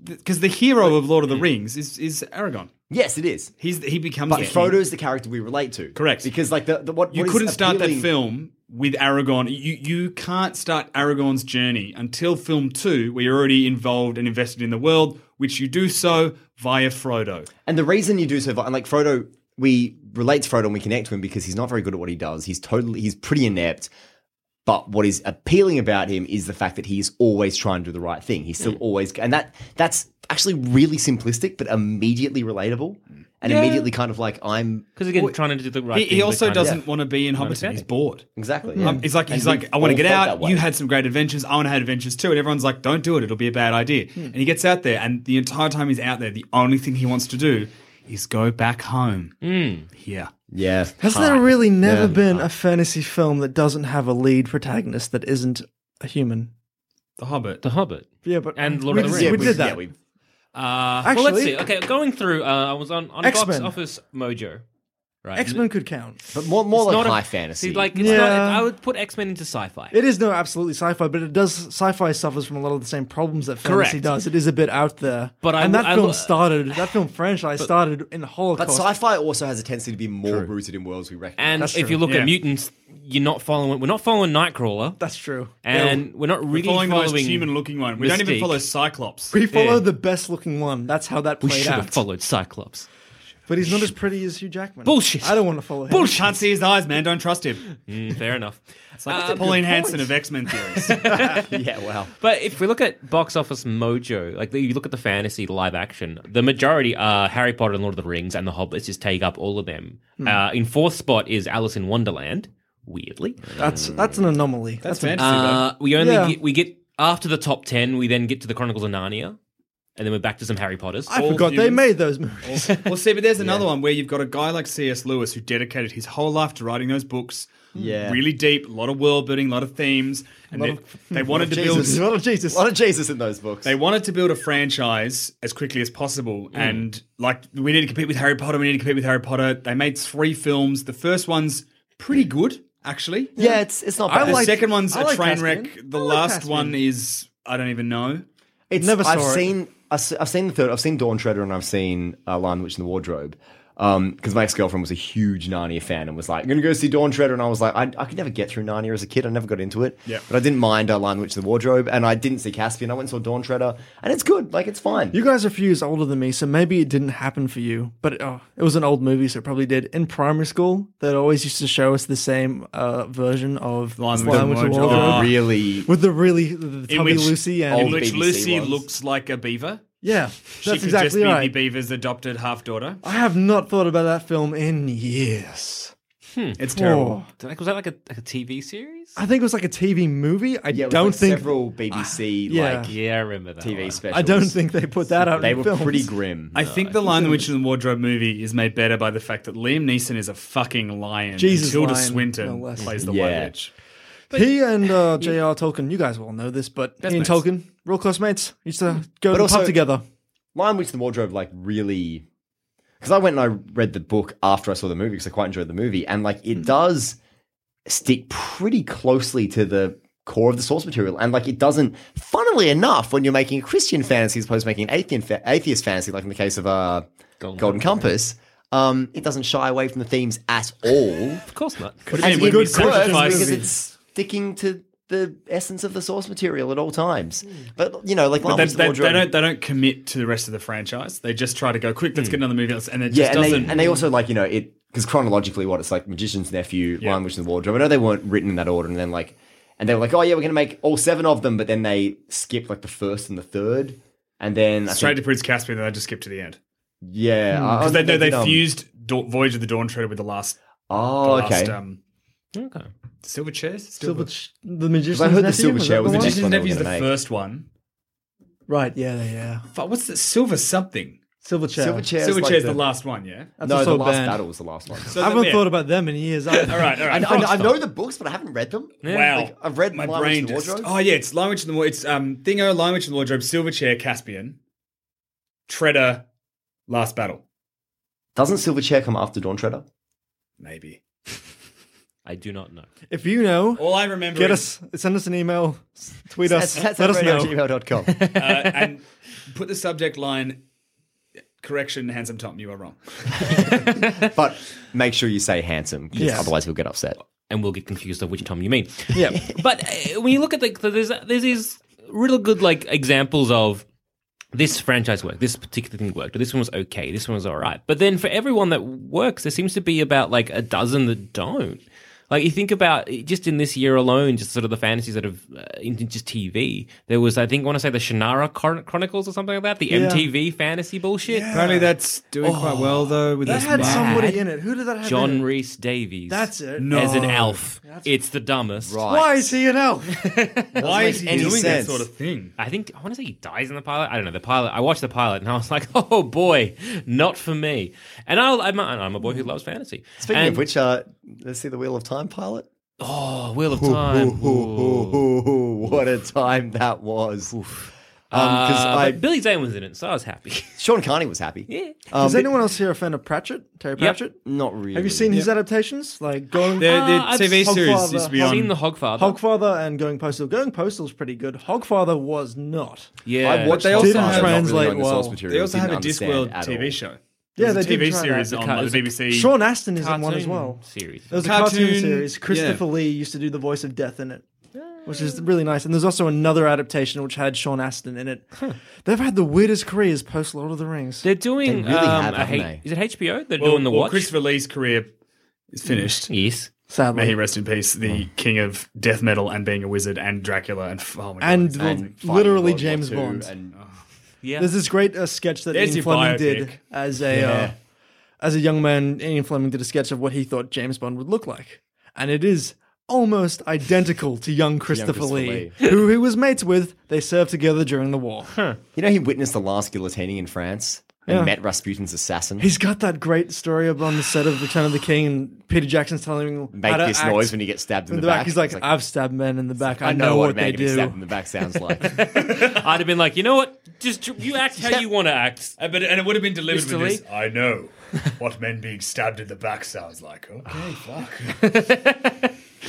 Speaker 4: Because the hero of Lord of the Rings is is Aragon.
Speaker 3: Yes, it is.
Speaker 4: He's he becomes
Speaker 3: mm. But
Speaker 4: the king.
Speaker 3: Frodo's the character we relate to.
Speaker 4: Correct.
Speaker 3: Because, like, the, the what
Speaker 4: You
Speaker 3: what is
Speaker 4: couldn't start that
Speaker 3: appealing-
Speaker 4: film with Aragon. You you can't start Aragon's journey until film two, where you're already involved and invested in the world, which you do so via Frodo.
Speaker 3: And the reason you do so, and like Frodo, we relate to Frodo and we connect to him because he's not very good at what he does. He's totally, he's pretty inept. But what is appealing about him is the fact that he's always trying to do the right thing. He's still always, and that that's actually really simplistic, but immediately relatable, and immediately kind of like I'm
Speaker 1: Because again, trying to do the right
Speaker 4: He,
Speaker 1: thing.
Speaker 4: he
Speaker 1: but
Speaker 4: also
Speaker 1: kind of-
Speaker 4: doesn't want to be in Hobbiton.
Speaker 1: understand
Speaker 4: He's
Speaker 1: it.
Speaker 4: bored.
Speaker 3: exactly.
Speaker 4: Um, he's like, he's
Speaker 3: And
Speaker 4: like,
Speaker 3: we've
Speaker 4: I want to
Speaker 3: all
Speaker 4: get
Speaker 3: felt that
Speaker 4: out.
Speaker 3: way.
Speaker 4: You had some great adventures. I want to have adventures too. And everyone's like, don't do it. It'll be a bad idea.
Speaker 3: Hmm.
Speaker 4: And he gets out there, and the entire time he's out there, the only thing he wants to do is go back home.
Speaker 3: Hmm.
Speaker 4: Here.
Speaker 3: yeah.
Speaker 2: Has there really never been a fantasy film that doesn't have a lead protagonist that isn't a human?
Speaker 4: The Hobbit.
Speaker 1: The Hobbit.
Speaker 2: Yeah, but
Speaker 1: And Lord
Speaker 2: we
Speaker 1: of the
Speaker 2: did-
Speaker 1: Rings.
Speaker 2: We
Speaker 1: Yeah,
Speaker 2: did that.
Speaker 3: Yeah, we,
Speaker 1: Uh,
Speaker 2: Actually-
Speaker 1: well, let's see. Okay, going through. Uh, I was on on box
Speaker 2: X-Men.
Speaker 1: office Mojo. Right.
Speaker 2: X Men could count.
Speaker 3: but more, more like
Speaker 1: a-
Speaker 3: high fantasy.
Speaker 1: See, like it's
Speaker 2: Yeah.
Speaker 1: not, I would put X Men into sci-fi.
Speaker 2: It is no absolutely sci-fi, but it does sci-fi suffers from a lot of the same problems that fantasy
Speaker 1: Correct.
Speaker 2: does. It is a bit out there.
Speaker 1: But I
Speaker 2: and
Speaker 1: w-
Speaker 2: that
Speaker 1: I
Speaker 2: film
Speaker 1: w-
Speaker 2: started that film franchise started in the
Speaker 3: but
Speaker 2: Holocaust.
Speaker 3: sci-fi also has a tendency to be more rooted in worlds we recognize.
Speaker 1: and
Speaker 2: That's
Speaker 1: if
Speaker 2: true.
Speaker 1: you look
Speaker 4: Yeah.
Speaker 1: at mutants, you're not following. We're not following Nightcrawler,
Speaker 2: That's true.
Speaker 1: and we're not really
Speaker 4: We're following the most
Speaker 1: following
Speaker 4: human-looking one. We don't even
Speaker 1: Mystique.
Speaker 4: follow Cyclops.
Speaker 2: We follow the best looking one. That's how that
Speaker 1: We
Speaker 2: played
Speaker 1: should
Speaker 2: out.
Speaker 1: have followed Cyclops.
Speaker 2: But he's not as pretty as Hugh Jackman.
Speaker 1: Bullshit.
Speaker 2: I don't want to follow him.
Speaker 1: Bullshit.
Speaker 4: Can't see his eyes, man. Don't trust him.
Speaker 1: Mm, fair enough.
Speaker 4: Hmm. It's like Pauline Hanson of X Men theories.
Speaker 3: yeah, wow.
Speaker 1: But if we look at box office mojo, like you look at the fantasy live action, the majority are Harry Potter and Lord of the Rings and the Hobbits just take up all of them.
Speaker 4: Hmm.
Speaker 1: Uh, in fourth spot is Alice in Wonderland, weirdly.
Speaker 4: Hmm.
Speaker 2: That's that's an anomaly.
Speaker 4: That's
Speaker 2: That's,
Speaker 4: fantasy, though.
Speaker 1: Uh, we only
Speaker 2: Yeah.
Speaker 1: get, we get after the top 10, we then get to the Chronicles of Narnia and then we're back to some Harry Potters.
Speaker 2: I forgot they
Speaker 4: humans.
Speaker 2: made those movies.
Speaker 4: well, see, but there's another one where you've got a guy like C.S. Lewis who dedicated his whole life to writing those books.
Speaker 3: Yeah.
Speaker 4: Really deep, a lot of world building, a lot of themes. And they, they wanted to build.
Speaker 3: Jesus. A lot of Jesus. A lot of Jesus in those books.
Speaker 4: They wanted to build a franchise as quickly as possible, and like we need to compete with Harry Potter. We need to compete with Harry Potter. They made three films. The first one's pretty good, actually.
Speaker 3: yeah, it's it's not bad.
Speaker 4: The
Speaker 2: like-
Speaker 4: second one's
Speaker 2: I
Speaker 4: a
Speaker 2: like
Speaker 4: train
Speaker 2: Caspian.
Speaker 4: wreck. The
Speaker 2: I like
Speaker 4: last
Speaker 2: Caspian.
Speaker 4: one is I don't even know.
Speaker 3: It's,
Speaker 2: Never saw
Speaker 3: I've
Speaker 2: it.
Speaker 3: seen I've se- I've seen the third. I've seen Dawn Treader and I've seen uh, Lion the Witch in the Wardrobe. Because my ex girlfriend was a huge Narnia fan and was like, "I'm gonna go see Dawn Treader," and I was like, "I, I could never get through Narnia as a kid. I never got into it."
Speaker 4: Yeah.
Speaker 3: But I didn't mind uh, Lion the Witch in the Wardrobe, and I didn't see Caspian. I went and saw Dawn Treader, and it's good. Like it's fine.
Speaker 2: you guys are a few years older than me, so maybe it didn't happen for you. But oh, it was an old movie, so it probably did. In primary school, they always used to show us the same uh, version of
Speaker 4: Lion
Speaker 2: Lion
Speaker 4: with the
Speaker 2: with the
Speaker 4: Wardrobe.
Speaker 2: Wardrobe.
Speaker 4: Oh.
Speaker 3: really.
Speaker 2: with the really the
Speaker 4: In
Speaker 2: tubby
Speaker 4: which-
Speaker 2: Lucy and
Speaker 4: in
Speaker 3: Old
Speaker 4: which
Speaker 3: BBC
Speaker 4: Lucy
Speaker 3: ones.
Speaker 4: looks like a beaver.
Speaker 2: yeah,
Speaker 4: she
Speaker 2: that's
Speaker 4: could just
Speaker 2: exactly
Speaker 4: be
Speaker 2: right. Oh.
Speaker 4: the beaver's adopted half daughter.
Speaker 2: I have not thought about that film in years.
Speaker 4: It's terrible.
Speaker 2: Oh.
Speaker 1: Like, was that like a, like a TV series?
Speaker 2: I think it was like a TV movie. I
Speaker 3: Yeah, it was,
Speaker 2: don't
Speaker 3: like,
Speaker 2: think
Speaker 3: several BBC
Speaker 2: yeah.
Speaker 3: like
Speaker 1: Yeah, I remember that.
Speaker 3: TV
Speaker 1: one.
Speaker 3: specials.
Speaker 2: I don't think they put that out.
Speaker 3: they
Speaker 2: in
Speaker 3: were
Speaker 2: films.
Speaker 3: pretty grim.
Speaker 4: I think the Lion, the Witch, and the Wardrobe movie is made better by the fact that Liam Neeson is a fucking lion.
Speaker 2: Jesus
Speaker 4: and Tilda
Speaker 2: lion,
Speaker 4: Swinton
Speaker 2: no less.
Speaker 4: plays the
Speaker 3: Yeah.
Speaker 4: White Witch.
Speaker 2: he and uh, J.R. Tolkien, you guys will know this, but he and
Speaker 4: mates.
Speaker 2: Tolkien, real close mates, used to go to the
Speaker 3: also-
Speaker 2: pub together.
Speaker 3: Lion Witch in the Wardrobe like really because I went and I read the book after I saw the movie because I quite enjoyed the movie and like it does stick pretty closely to the core of the source material and like it doesn't funnily enough when you're making a Christian fantasy as opposed to making an atheist, fa- atheist fantasy like in the case of uh, Golden, Compass um, it doesn't shy away from the themes at all
Speaker 1: Of course not.
Speaker 3: and
Speaker 4: when
Speaker 3: it
Speaker 4: we
Speaker 3: works
Speaker 4: sacrifice-
Speaker 3: because it's sticking to the essence of the source material at all times Hmm. but you know like Lion
Speaker 4: They,
Speaker 3: Witch in the
Speaker 4: they, they
Speaker 3: Wardrobe
Speaker 4: don't. They don't commit to the rest of the franchise. They just try to go quick. Let's get another movie. Else, and it
Speaker 3: Hmm. Yeah,
Speaker 4: just
Speaker 3: and
Speaker 4: doesn't.
Speaker 3: they, and they also like you know it because chronologically, what it's like, Magician's Nephew,
Speaker 4: Yeah.
Speaker 3: Lion Witch in the Wardrobe. I know they weren't written in that order, and then like, and they were like, oh yeah, we're gonna make all seven of them, but then they skipped like the first and the third, and then I
Speaker 4: straight
Speaker 3: think,
Speaker 4: to Prince Caspian, and they just skip to the end
Speaker 3: yeah,
Speaker 4: because they know they
Speaker 3: did, um,
Speaker 4: fused Dawn, Voyage of the Dawn Treader with the last. the
Speaker 3: Oh,
Speaker 4: last,
Speaker 3: okay.
Speaker 4: um,
Speaker 1: Okay.
Speaker 4: Silver Chairs.
Speaker 2: Silver, the magician.
Speaker 3: I heard the Silver Chair was
Speaker 4: The
Speaker 3: the
Speaker 4: Magician's
Speaker 3: next one they were
Speaker 4: Nephew is the
Speaker 3: gonna make.
Speaker 4: first one.
Speaker 2: Right, yeah, yeah.
Speaker 4: Fuck, what's the silver something?
Speaker 2: Silver chair.
Speaker 3: Silver chair.
Speaker 4: silver
Speaker 3: like
Speaker 4: chair's the last one, yeah.
Speaker 2: That's
Speaker 3: no,
Speaker 2: also
Speaker 3: the last
Speaker 2: banned.
Speaker 3: battle was the last one.
Speaker 4: So
Speaker 2: I haven't
Speaker 4: then,
Speaker 2: thought
Speaker 4: yeah.
Speaker 2: about them in years. either.
Speaker 4: All right, all
Speaker 3: I,
Speaker 4: right.
Speaker 3: I, I
Speaker 4: Frogstop.
Speaker 3: know the books, but I haven't read them.
Speaker 4: Wow,
Speaker 3: Like, I've read Lion Witch and the
Speaker 4: just-
Speaker 3: Wardrobe.
Speaker 4: Oh yeah, it's Lion Witch in the Wardrobe. It's um Thingo, Lion Witch in the Wardrobe, Silverchair, Caspian, Treader, Last Battle,
Speaker 3: Doesn't Silverchair come after Dawn Treader?
Speaker 4: maybe.
Speaker 1: I do not know.
Speaker 2: If you know,
Speaker 4: All I remember
Speaker 2: get
Speaker 4: is,
Speaker 2: us, send us an email, tweet us,
Speaker 3: That's
Speaker 2: let us know.
Speaker 3: gmail.com.
Speaker 4: uh, and put the subject line. Correction, handsome Tom, you are wrong.
Speaker 3: but make sure you say handsome, because
Speaker 2: Yes.
Speaker 3: otherwise he'll get upset.
Speaker 1: and we'll get confused of which Tom you mean.
Speaker 2: Yeah.
Speaker 1: but uh, when you look at the so there's there's these real good like examples of this franchise worked, this particular thing worked, this one was okay, this one was all right. But then for everyone that works, there seems to be about like a dozen that don't. Like you think about just in this year alone, just sort of the fantasies that have uh, in just TV. There was, I think, I want to say the Shannara Chron- Chronicles or something like that, the MTV fantasy bullshit.
Speaker 4: Apparently, that's doing quite well though. With
Speaker 2: That
Speaker 4: this
Speaker 2: had
Speaker 4: map.
Speaker 2: somebody in it. Who did that have? in
Speaker 1: John
Speaker 2: it?
Speaker 1: Reese Davies.
Speaker 2: That's it.
Speaker 1: As an elf, it's the dumbest.
Speaker 3: Right.
Speaker 2: Why is he an elf?
Speaker 4: Why is he
Speaker 3: any
Speaker 4: doing
Speaker 3: sense.
Speaker 4: that sort of thing?
Speaker 1: I think I want to say he dies in the pilot. I don't know the pilot. I watched the pilot and I was like, oh boy, not for me. And I'll, I'm, a, I'm a boy who loves fantasy.
Speaker 3: Speaking
Speaker 1: and,
Speaker 3: of which, uh, let's see the Wheel of Time pilot.
Speaker 1: oh, Wheel of Time.
Speaker 3: Ooh, what a time that was. Because
Speaker 1: Uh,
Speaker 3: I,
Speaker 1: but Billy Zane was in it, so I was happy.
Speaker 3: Sean Carney was happy.
Speaker 1: yeah.
Speaker 3: Um,
Speaker 2: is anyone else here a fan of Pratchett? Terry Pratchett?
Speaker 3: Not really.
Speaker 2: Have you seen his adaptations? Like going Ah,
Speaker 4: The, the
Speaker 1: I've
Speaker 4: TV
Speaker 2: seen
Speaker 4: series
Speaker 2: Hogfather.
Speaker 4: used to be
Speaker 1: I've
Speaker 4: on.
Speaker 1: seen The Hogfather.
Speaker 2: Hogfather and Going Postal. Going Postal's pretty good. Hogfather was not.
Speaker 1: yeah.
Speaker 3: I watched
Speaker 4: they also
Speaker 3: Hogfather,
Speaker 4: have-
Speaker 3: not really
Speaker 2: translate
Speaker 3: knowing the
Speaker 2: well.
Speaker 3: source material,
Speaker 4: they also have
Speaker 3: didn't
Speaker 4: a
Speaker 3: understand
Speaker 4: Discworld
Speaker 3: at
Speaker 4: TV
Speaker 3: all.
Speaker 4: show.
Speaker 2: Yeah,
Speaker 4: There's a
Speaker 2: they did
Speaker 4: TV
Speaker 2: try
Speaker 4: series
Speaker 2: that.
Speaker 4: on
Speaker 1: It
Speaker 4: like,
Speaker 1: was
Speaker 4: the
Speaker 1: a
Speaker 4: BBC.
Speaker 2: Sean Astin is in
Speaker 1: Cartoon
Speaker 2: one as well.
Speaker 1: Series.
Speaker 2: There was a cartoon
Speaker 4: Cartoon-
Speaker 2: series. Christopher
Speaker 4: yeah.
Speaker 2: Lee used to do the voice of Death in it, which is really nice. And there's also another adaptation which had Sean Astin in it. They've had the weirdest careers post Lord of the Rings.
Speaker 1: They're doing.
Speaker 3: They really
Speaker 1: um,
Speaker 3: have,
Speaker 1: a
Speaker 3: haven't
Speaker 1: H-
Speaker 3: they?
Speaker 1: Is it HBO? They're
Speaker 4: Well,
Speaker 1: doing the
Speaker 4: well,
Speaker 1: watch.
Speaker 4: Christopher Lee's career is
Speaker 1: yes.
Speaker 4: finished. May he
Speaker 2: Sadly.
Speaker 4: rest in peace, the king of death metal and being a wizard and Dracula and f- oh my god.
Speaker 2: And
Speaker 4: it's
Speaker 2: the-
Speaker 4: amazing.
Speaker 2: literally
Speaker 3: Fighting
Speaker 2: James
Speaker 3: World War
Speaker 2: Bond.
Speaker 3: II and-
Speaker 1: Yeah.
Speaker 2: There's this great uh, sketch that
Speaker 4: There's
Speaker 2: Ian
Speaker 4: your
Speaker 2: Fleming
Speaker 4: biopic.
Speaker 2: did as a uh, as a young man. Ian Fleming did a sketch of what he thought James Bond would look like, and it is almost identical to young Christopher,
Speaker 3: Christopher
Speaker 2: Lee, who he was mates with. They served together during the war.
Speaker 3: You know, he witnessed the last guillotining in France and met Rasputin's assassin.
Speaker 2: He's got that great story up on the set of Return of the King, and Peter Jackson's telling him
Speaker 3: Make
Speaker 2: how to
Speaker 3: this
Speaker 2: act
Speaker 3: noise when you get stabbed in,
Speaker 2: in the back. He's like, "I've stabbed men in the back. I, know, what they
Speaker 3: man getting stabbed in
Speaker 2: do."
Speaker 3: the back sounds like.
Speaker 1: I'd have been like, you know what? Just you act how you want to act.
Speaker 4: Uh, but, and it would have been delivered
Speaker 1: Mr.
Speaker 4: with
Speaker 1: Lee?
Speaker 4: this. I know what men being stabbed in the back sounds like. Okay, fuck.
Speaker 3: what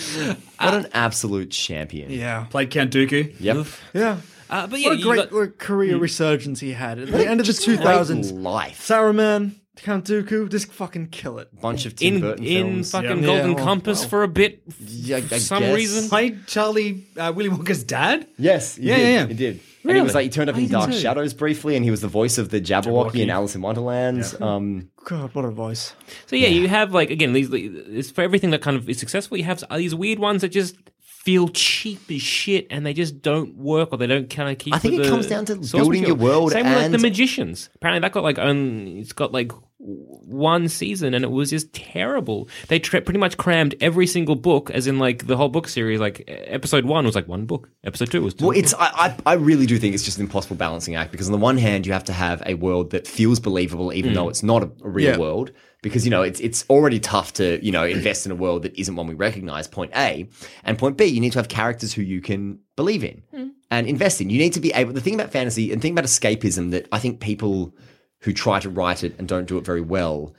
Speaker 3: an absolute champion.
Speaker 2: Yeah,
Speaker 4: Played Count Dooku.
Speaker 3: Yep.
Speaker 2: yeah.
Speaker 1: Uh, but yeah,
Speaker 2: What a
Speaker 1: you
Speaker 2: great
Speaker 1: got-
Speaker 2: like, career resurgence he had at the end of the two
Speaker 3: Thousands
Speaker 2: thousands.
Speaker 3: life.
Speaker 2: Saruman, Count Dooku, just fucking kill it.
Speaker 3: Bunch of Tim
Speaker 1: in
Speaker 3: Burton
Speaker 1: in
Speaker 3: films.
Speaker 1: fucking
Speaker 2: Yeah.
Speaker 1: Golden
Speaker 2: Yeah, well,
Speaker 1: Compass for a bit.
Speaker 3: Yeah, I- I
Speaker 1: for some
Speaker 3: guess.
Speaker 1: reason,
Speaker 4: Played Charlie uh, Willy Wonka's dad.
Speaker 3: Yes, he
Speaker 4: Yeah,
Speaker 3: did.
Speaker 4: yeah, yeah.
Speaker 3: He did. And he was like, he turned up in Dark Shadows briefly, and he was the voice of the Jabberwocky in Alice in Wonderland. Um,
Speaker 2: God, what a voice!
Speaker 1: So yeah, you have like again these it's for everything that kind of is successful. You have these weird ones that just feel cheap as shit and they just don't work or they don't kind of keep.
Speaker 3: I think
Speaker 1: with
Speaker 3: it
Speaker 1: the
Speaker 3: comes down to
Speaker 1: source
Speaker 3: building
Speaker 1: material.
Speaker 3: your world
Speaker 1: Same with like the
Speaker 3: and-
Speaker 1: magicians. Apparently that got like only it's got like w- one season and it was just terrible. They tra- pretty much crammed every single book, as in like the whole book series. Like e- episode one was like one book, episode two was two.
Speaker 3: well, it's I, I I really do think it's just an impossible balancing act because on the one hand you have to have a world that feels believable even though it's not a, a real
Speaker 2: Yeah.
Speaker 3: world because you know it's it's already tough to you know invest in a world that isn't one we recognize. Point A and point B, you need to have characters who you can believe in and invest in. You need to be able. The thing about fantasy and thing about escapism that I think people who try to write it and don't do it very well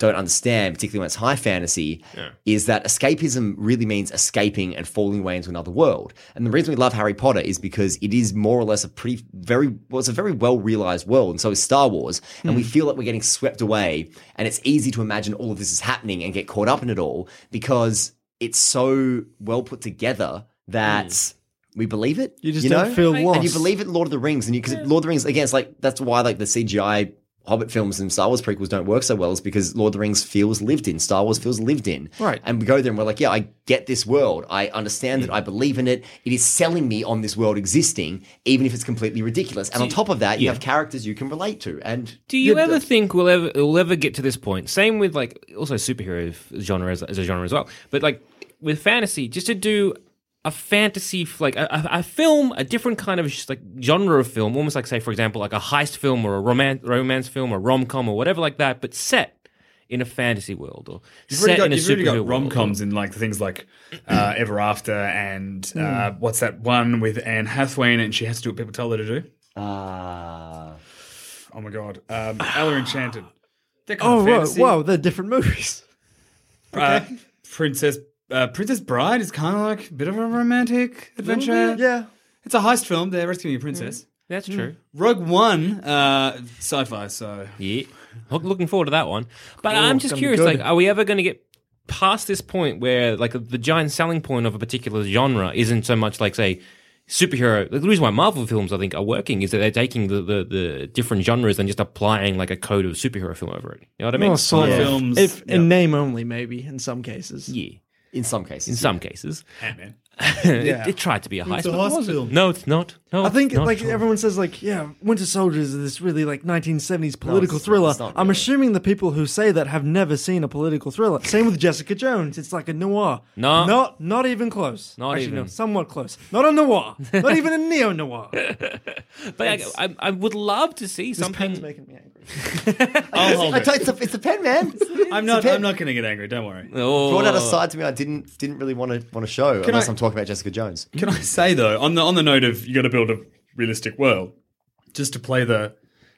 Speaker 3: don't understand, particularly when it's high fantasy, is that escapism really means escaping and falling away into another world. And the reason we love Harry Potter is because it is more or less a pretty very well, it's a very well realized world, and so is Star Wars. And
Speaker 2: Hmm.
Speaker 3: we feel like we're getting swept away, and it's easy to imagine all of this is happening and get caught up in it all because it's so well put together that we believe it.
Speaker 2: Hmm. You just don't feel
Speaker 3: And you
Speaker 2: lost.
Speaker 3: believe it in Lord of the Rings, and you because Lord of the Rings again, it's like that's why like the CGI Hobbit films and Star Wars prequels don't work so well is because Lord of the Rings feels lived in, Star Wars feels lived in,
Speaker 2: Right.
Speaker 3: And we go there and we're like, yeah, I get this world, I understand it, I believe in it. It is selling me on this world existing, even if it's completely ridiculous. And on top of that, you have characters you can relate to, and
Speaker 1: Do you ever think we'll ever we'll ever get to this point? Same with like also superhero f- genre as, as a genre as well, but like with fantasy, just to do a fantasy, f- like a, a, a film, a different kind of just like genre of film, almost like say, for example, like a heist film or a romance romance film or rom com or whatever like that, but set in a fantasy world or
Speaker 4: You've
Speaker 1: set
Speaker 4: really got,
Speaker 1: in a
Speaker 4: you've really
Speaker 1: superhero
Speaker 4: got rom
Speaker 1: world.
Speaker 4: coms in like things like uh, Ever After and uh, what's that one with Anne Hathaway in it and she has to do what people tell her to do?
Speaker 3: Ah.
Speaker 4: Oh my god, um, Ella Enchanted. They're kind
Speaker 2: Oh,
Speaker 4: of
Speaker 2: whoa,
Speaker 4: fantasy.
Speaker 2: whoa, they're different movies.
Speaker 4: Uh, Princess uh, Princess Bride is kind of like a bit of a romantic adventure.
Speaker 2: Yeah. Mm.
Speaker 4: it's a heist film. They're rescuing a princess.
Speaker 1: That's true.
Speaker 4: Rogue One, uh, sci-fi. So
Speaker 1: Yeah. Look- Looking forward to that one. But I'm
Speaker 2: gonna
Speaker 1: just
Speaker 2: be
Speaker 1: curious,
Speaker 2: good.
Speaker 1: like, are we ever going to get past this point where, like, the giant selling point of a particular genre isn't so much like, say, superhero? Like, the reason why Marvel films, I think, are working is that they're taking the, the, the different genres and just applying, like, a code of superhero film over it. You know what I mean?
Speaker 2: Oh, sort of.
Speaker 4: films,
Speaker 2: If,
Speaker 4: yeah.
Speaker 2: In name only, maybe, in some cases.
Speaker 1: yeah.
Speaker 3: In some
Speaker 1: In
Speaker 3: cases.
Speaker 1: some cases.
Speaker 4: Ant-Man.
Speaker 1: It, it tried to be a heist.
Speaker 4: a
Speaker 1: but it
Speaker 4: heist
Speaker 1: wasn't.
Speaker 4: film.
Speaker 1: No, it's not. No,
Speaker 2: I think
Speaker 1: it's not
Speaker 2: like
Speaker 1: sure.
Speaker 2: everyone says like yeah, Winter Soldier is this really like 1970s political
Speaker 3: it's not-
Speaker 2: thriller.
Speaker 3: it's not
Speaker 2: I'm
Speaker 3: really.
Speaker 2: assuming the people who say that have never seen a political thriller. Same with Jessica Jones. It's like a noir.
Speaker 1: No.
Speaker 2: not not even close.
Speaker 1: Not
Speaker 2: Actually, no,
Speaker 1: even.
Speaker 2: somewhat close. Not a noir. not even a neo noir.
Speaker 1: But I, I, I would love to see something.
Speaker 2: making me angry.
Speaker 4: I'll
Speaker 1: Oh,
Speaker 4: hold
Speaker 3: I
Speaker 4: it.
Speaker 3: tell you, it's, a, it's a pen, man.
Speaker 4: I'm not. I'm not going to get angry. Don't worry.
Speaker 1: Oh.
Speaker 3: Brought out a side to me I didn't didn't really want to want to show unless
Speaker 4: I-
Speaker 3: I'm talking about Jessica Jones.
Speaker 4: Can I say though, on the on the note of you got to build a realistic world, just to play the,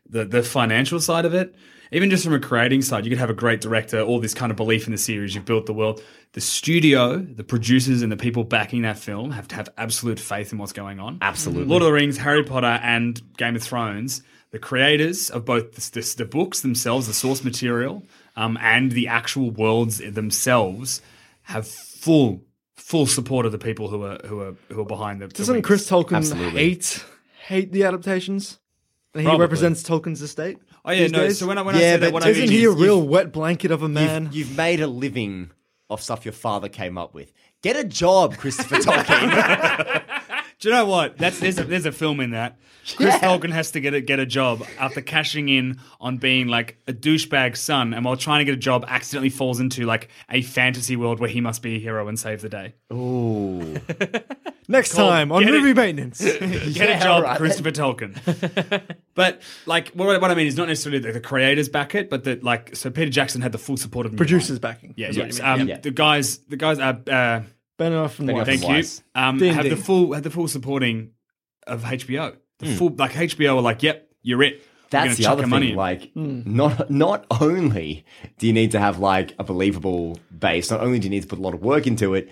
Speaker 4: the the financial side of it, even just from a creating side, you could have a great director, all this kind of belief in the series, you've built the world. The studio, the producers, and the people backing that film have to have absolute faith in what's going on. Absolutely, Lord of the Rings, Harry Potter, and Game of Thrones. The creators of both the, the, the books themselves, the source material, um, and the actual worlds themselves have full full support of the people who are who are who are behind the. the
Speaker 2: Doesn't
Speaker 4: wings.
Speaker 2: Chris Tolkien
Speaker 3: Absolutely.
Speaker 2: hate hate the adaptations? And he
Speaker 1: Probably.
Speaker 2: represents Tolkien's estate.
Speaker 4: Oh yeah,
Speaker 2: these
Speaker 4: no.
Speaker 2: days?
Speaker 4: So when I when I
Speaker 3: Yeah,
Speaker 4: say that,
Speaker 3: but
Speaker 4: what I
Speaker 2: isn't
Speaker 4: mean
Speaker 2: he
Speaker 4: is
Speaker 2: a real wet blanket of a man?
Speaker 3: You've, you've made a living off stuff your father came up with. Get a job, Christopher Tolkien.
Speaker 4: Do you know what? That's there's a, there's a film in that. Chris Tolkien has to get a, get a job after cashing in on being like a douchebag son, and while trying to get a job, accidentally falls into like a fantasy world where he must be a hero and save the day.
Speaker 2: Next time on
Speaker 4: Get it.
Speaker 2: movie maintenance.
Speaker 4: Get a job,
Speaker 3: right.
Speaker 4: Christopher Tolkien. but like, what, what I mean is not necessarily that the creators back it, but that like, so Peter Jackson had the full support of New
Speaker 2: Producers
Speaker 4: Line.
Speaker 2: backing.
Speaker 4: Yeah,
Speaker 2: is what
Speaker 4: yes.
Speaker 2: you mean.
Speaker 4: Um, The guys, the guys are. Uh,
Speaker 2: Benioff and Weiss.
Speaker 4: Thank
Speaker 3: Weiss.
Speaker 4: you. Um,
Speaker 2: D&D.
Speaker 4: have the full have the full supporting of HBO. The full like HBO are like, yep, you're it. We're gonna
Speaker 3: Hmm. That's the
Speaker 4: chuck
Speaker 3: other
Speaker 4: our
Speaker 3: thing.
Speaker 4: money in.
Speaker 3: Like, not not only do you need to have like a believable base, not only do you need to put a lot of work into it,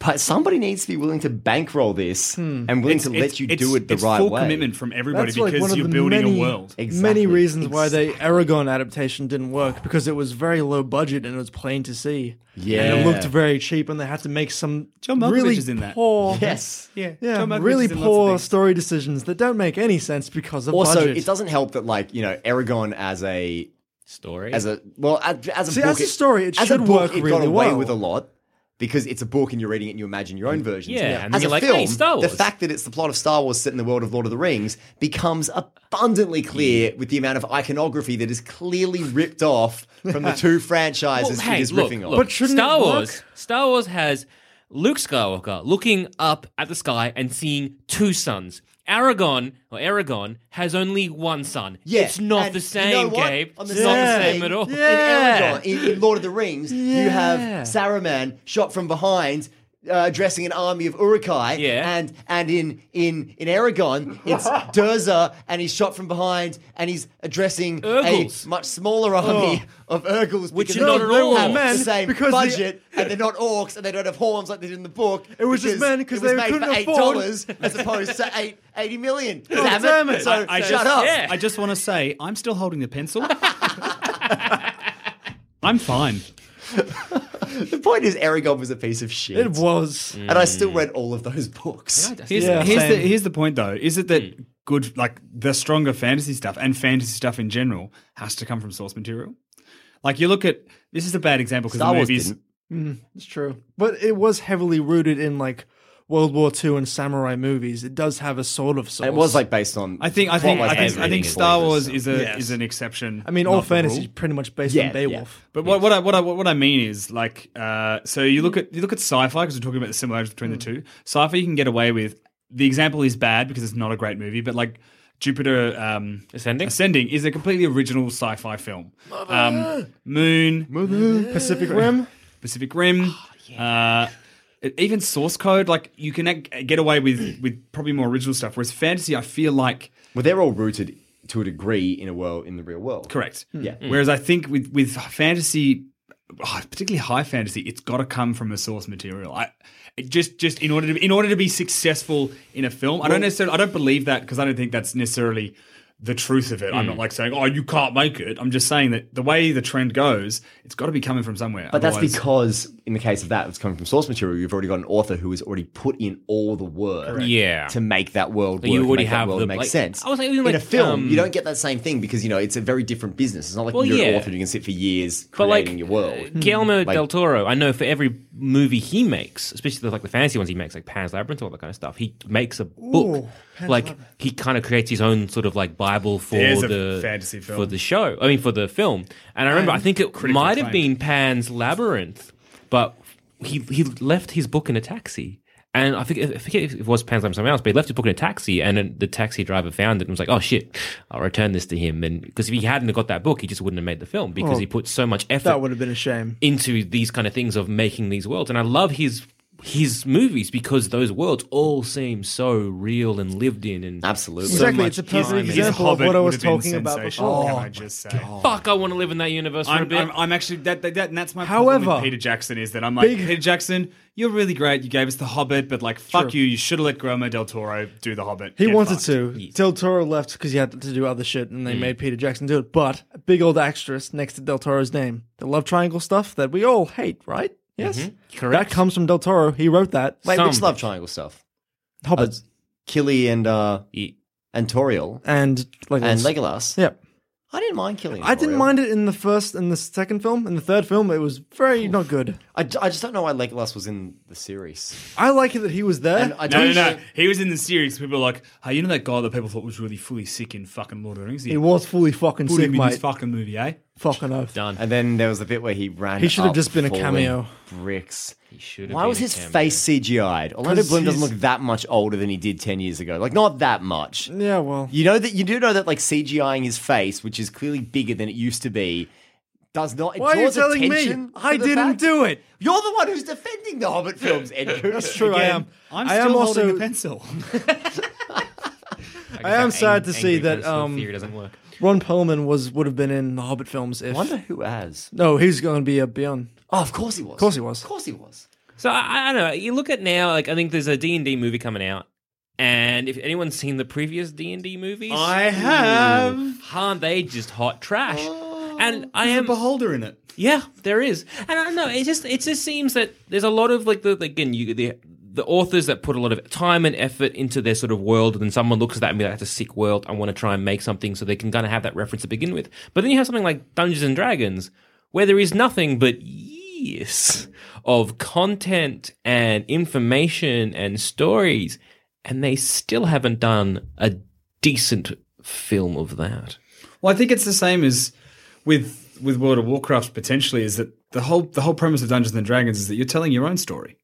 Speaker 3: but somebody needs to be willing to bankroll this and willing to let you do it the
Speaker 4: it's
Speaker 3: right
Speaker 4: full
Speaker 3: way.
Speaker 4: commitment from everybody
Speaker 2: That's like
Speaker 4: because
Speaker 2: one of
Speaker 4: you're
Speaker 2: the
Speaker 4: building
Speaker 2: many,
Speaker 4: a world.
Speaker 3: Exactly.
Speaker 2: Many reasons why the Aragon adaptation didn't work because it was very low budget and it was plain to see. and it
Speaker 3: Yeah.
Speaker 2: looked very cheap, and they had to make some
Speaker 4: John Malkovich
Speaker 2: really
Speaker 4: is in that.
Speaker 2: poor,
Speaker 3: Yes.
Speaker 2: yeah,
Speaker 4: John Malkovich
Speaker 2: really
Speaker 4: is in lots of
Speaker 2: poor
Speaker 4: things.
Speaker 2: story decisions that don't make any sense because of
Speaker 3: Also,
Speaker 2: budget.
Speaker 3: it doesn't help that like you know Aragon as a
Speaker 1: Story.
Speaker 3: as a well as, as a
Speaker 2: See,
Speaker 3: book,
Speaker 2: as a story, it
Speaker 3: as a
Speaker 2: should
Speaker 3: book,
Speaker 2: work
Speaker 3: it got
Speaker 2: really
Speaker 3: away
Speaker 2: well.
Speaker 3: with a lot because it's a book and you're reading it and you imagine your own versions.
Speaker 1: Yeah, and then
Speaker 3: as
Speaker 1: you're
Speaker 3: a
Speaker 1: like,
Speaker 3: film,
Speaker 1: "Hey, Star
Speaker 3: the
Speaker 1: Wars."
Speaker 3: fact that it's the plot of Star Wars set in the world of Lord of the Rings becomes abundantly clear with the amount of iconography that is clearly ripped off from the two franchises
Speaker 1: Well, hey,
Speaker 3: it is
Speaker 1: look,
Speaker 3: riffing on.
Speaker 1: look,
Speaker 2: But shouldn't
Speaker 1: Star
Speaker 2: it work?
Speaker 1: Wars? Star Wars has Luke Skywalker looking up at the sky and seeing two suns. Aragon or Aragon has only one sun.
Speaker 3: Yeah,
Speaker 1: it's not
Speaker 3: and
Speaker 1: the
Speaker 3: you know
Speaker 1: same,
Speaker 3: what?
Speaker 1: Gabe.
Speaker 3: On
Speaker 1: it's not the
Speaker 2: Yeah.
Speaker 1: same at all.
Speaker 3: In
Speaker 2: Yeah.
Speaker 3: Aragon, in, in Lord of the Rings, you
Speaker 2: Yeah.
Speaker 3: have Saruman shot from behind. Uh, dressing an army of Urukai,
Speaker 1: Yeah.
Speaker 3: and and in in in Aragon, it's Durza, and he's shot from behind, and he's addressing
Speaker 1: Urgles.
Speaker 3: a much smaller army of Urgles,
Speaker 1: Which
Speaker 3: because
Speaker 1: are not
Speaker 3: they
Speaker 1: at
Speaker 3: don't
Speaker 1: all
Speaker 3: have
Speaker 2: Oh. men,
Speaker 3: the same
Speaker 2: because they-
Speaker 3: budget, and they're not orcs, and they don't have horns like they did in the book.
Speaker 2: It was just men 'cause
Speaker 3: it was
Speaker 2: they
Speaker 3: made
Speaker 2: couldn't
Speaker 3: for eight
Speaker 2: afford- Oh,
Speaker 3: dollars as opposed to eight eighty million.
Speaker 2: damn it.
Speaker 3: So
Speaker 2: I-
Speaker 4: I
Speaker 3: shut
Speaker 4: just,
Speaker 3: up.
Speaker 1: yeah.
Speaker 4: I just want to say I'm still holding the pencil. I'm fine.
Speaker 3: The point is, Aragon was a piece of shit.
Speaker 2: It was.
Speaker 3: and I still read all of those books.
Speaker 4: Here's,
Speaker 2: Yeah,
Speaker 4: here's the
Speaker 2: same.
Speaker 4: here's the point though. Is it that good like the stronger fantasy stuff and fantasy stuff in general has to come from source material? Like you look at this is a bad example because
Speaker 3: Star
Speaker 4: the
Speaker 3: Wars
Speaker 4: movies
Speaker 3: didn't.
Speaker 2: It's true, but it was heavily rooted in like World War II and samurai movies. It does have a sort of source.
Speaker 3: And it was like based on.
Speaker 4: I think I think
Speaker 3: plot-wise
Speaker 4: I
Speaker 3: based
Speaker 4: think, I
Speaker 3: on
Speaker 4: think
Speaker 3: Beowulf.
Speaker 4: Star Wars is a
Speaker 2: Yes.
Speaker 4: is an exception.
Speaker 2: I mean, all
Speaker 4: not the
Speaker 2: fantasy
Speaker 4: rule.
Speaker 2: is pretty much based
Speaker 3: Yeah,
Speaker 2: on Beowulf.
Speaker 4: But what, what I what I what I mean is like uh, so you look at you look at sci-fi because we're talking about the similarities between the two. Sci-fi you can get away with. The example is bad because it's not a great movie, but like Jupiter um,
Speaker 1: Ascending?
Speaker 4: Ascending is a completely original sci-fi film. Um, Moon,
Speaker 2: Pacific Rim.
Speaker 4: Pacific Rim. uh, it- even source code, like you can ac- get away with with probably more original stuff. Whereas fantasy, I feel like
Speaker 3: Well, they're all rooted to a degree in a world in the real world.
Speaker 4: Correct.
Speaker 3: Yeah.
Speaker 4: Whereas I think with with fantasy, oh, particularly high fantasy, it's got to come from a source material. I it just just in order to in order to be successful in a film, I don't necessarily I don't believe that because I don't think that's necessarily the truth of it. I'm not like saying oh you can't make it. I'm just saying that the way the trend goes, it's got to be coming from somewhere.
Speaker 3: But that's
Speaker 4: Otherwise-
Speaker 3: because, in the case of that, it's coming from source material. You've already got an author who has already put in all the work
Speaker 1: Yeah.
Speaker 3: to make that world
Speaker 1: Like,
Speaker 3: work.
Speaker 1: you
Speaker 3: and
Speaker 1: already
Speaker 3: make
Speaker 1: have
Speaker 3: that world
Speaker 1: the-
Speaker 3: make
Speaker 1: like-
Speaker 3: sense.
Speaker 1: I was like, even
Speaker 3: in
Speaker 1: like,
Speaker 3: a film,
Speaker 1: um,
Speaker 3: you don't get that same thing because you know it's a very different business. It's not like
Speaker 1: Well,
Speaker 3: you're an
Speaker 1: yeah.
Speaker 3: author and you can sit for years
Speaker 1: But like
Speaker 3: creating your world.
Speaker 1: Uh, Guillermo
Speaker 3: Like-
Speaker 1: del Toro, I know for every movie he makes, especially the, like the fantasy ones he makes, like Pan's Labyrinth, all that kind of stuff, he makes a book. like he kind of creates his own sort of like Bible for
Speaker 4: There's a
Speaker 1: the
Speaker 4: fantasy film.
Speaker 1: for the show. I mean, for the film. And I remember, I think it
Speaker 4: critical
Speaker 1: might have
Speaker 4: acclaim.
Speaker 1: been Pan's Labyrinth, but he he left his book in a taxi. And I forget, I forget if it was Pan's Labyrinth or something else, but he left his book in a taxi, and then the taxi driver found it and was like, "Oh shit, I'll return this to him." And because if he hadn't have got that book, he just wouldn't have made the film because he put so much effort
Speaker 2: That would have been a shame.
Speaker 1: into these kind of things of making these worlds. And I love his his movies because those worlds all seem so real and lived in. And
Speaker 3: Absolutely.
Speaker 2: Exactly,
Speaker 1: much
Speaker 2: it's a
Speaker 4: His-
Speaker 2: perfect
Speaker 1: time.
Speaker 4: his
Speaker 2: example of
Speaker 4: Hobbit
Speaker 2: what I
Speaker 4: would
Speaker 2: was
Speaker 4: have been
Speaker 2: talking about
Speaker 4: sensational,
Speaker 2: before.
Speaker 4: can I just say?
Speaker 1: fuck, I want to live in that universe for a
Speaker 4: I'm,
Speaker 1: bit.
Speaker 4: I'm, I'm actually that, that, that- that's my problem with
Speaker 2: However,
Speaker 4: Peter Jackson is that I'm like
Speaker 2: big-
Speaker 4: Peter Jackson, you're really great. You gave us the Hobbit, but like fuck you, you should have let Guillermo del Toro do the Hobbit.
Speaker 2: He
Speaker 4: Get
Speaker 2: wanted
Speaker 4: fucked.
Speaker 2: to. Del Toro left because he had to do other shit, and they made Peter Jackson do it. But a big old asterisk next to Del Toro's name. The love triangle stuff that we all hate, right? Yes.
Speaker 1: Correct.
Speaker 2: That comes from Del Toro. He wrote that.
Speaker 3: Wait,
Speaker 1: Some.
Speaker 3: which love triangle stuff? Uh,
Speaker 2: Hobbits
Speaker 3: Killy and uh,
Speaker 1: Ye-
Speaker 3: and Toriel
Speaker 2: and Legolas.
Speaker 3: and Legolas.
Speaker 2: Yep.
Speaker 3: I didn't mind Killy. And
Speaker 2: I didn't
Speaker 3: Toriel.
Speaker 2: mind it in the first and the second film. In the third film, it was very not good.
Speaker 3: I, d- I just don't know why Legolas was in the series.
Speaker 2: I like it that he was there.
Speaker 3: And I
Speaker 4: No,
Speaker 3: don't
Speaker 4: no, no. He was in the series. People were like, hey, you know that guy that people thought was really fully sick in fucking Lord of the Rings?
Speaker 2: he was fully fucking
Speaker 4: put
Speaker 2: sick,
Speaker 4: him in this
Speaker 2: mate.
Speaker 4: fucking movie, eh?
Speaker 2: fucking oath.
Speaker 1: Done.
Speaker 3: And then there was a bit where he ran.
Speaker 2: He should have
Speaker 3: up
Speaker 2: just been a
Speaker 3: falling
Speaker 2: cameo.
Speaker 3: Bricks.
Speaker 1: He should have
Speaker 3: Why
Speaker 1: been
Speaker 3: was
Speaker 1: a
Speaker 3: his
Speaker 1: cameo.
Speaker 3: face CGI'd? Orlando
Speaker 2: 'Cause
Speaker 3: Bloom doesn't
Speaker 2: he's-
Speaker 3: look that much older than he did ten years ago. Like not that much.
Speaker 2: Yeah, well,
Speaker 3: You know that you do know that like CGIing his face, which is clearly bigger than it used to be, does not. It
Speaker 2: Why are you
Speaker 3: draws
Speaker 2: telling me?
Speaker 3: attention to
Speaker 2: I
Speaker 3: the
Speaker 2: didn't
Speaker 3: fact-
Speaker 2: do it.
Speaker 3: You're the one who's defending the Hobbit films, Andrew. That's
Speaker 2: true. I am.
Speaker 4: I'm
Speaker 2: I
Speaker 4: still
Speaker 2: am
Speaker 4: holding
Speaker 2: also
Speaker 4: a pencil.
Speaker 1: guess
Speaker 2: I am
Speaker 1: that
Speaker 2: sad
Speaker 1: ang-
Speaker 2: to see
Speaker 1: angry
Speaker 2: that,
Speaker 1: person
Speaker 2: um,
Speaker 1: theory doesn't work.
Speaker 2: Ron Perlman was would have been in the Hobbit films if.
Speaker 3: Wonder who has.
Speaker 2: No, he's going to be a Beyond.
Speaker 3: Oh, of course he was. Of
Speaker 2: course he was.
Speaker 3: Of course he was.
Speaker 1: So I, I don't know. You look at now, like I think there's a D and D movie coming out, and if anyone's seen the previous D and D movies,
Speaker 4: have
Speaker 1: aren't they just hot trash?
Speaker 3: Oh,
Speaker 1: and I
Speaker 4: a
Speaker 1: am
Speaker 4: beholder in it.
Speaker 1: Yeah, there is, and I don't know. It just it just seems that there's a lot of like the again you the the authors that put a lot of time and effort into their sort of world, and then someone looks at that and be like, "That's a sick world. I want to try and make something so they can kind of have that reference to begin with." But then you have something like Dungeons and Dragons, where there is nothing but years of content and information and stories, and they still haven't done a decent film of that.
Speaker 4: Well, I think it's the same as with with World of Warcraft potentially is that the whole the whole premise of Dungeons and Dragons is that you're telling your own story.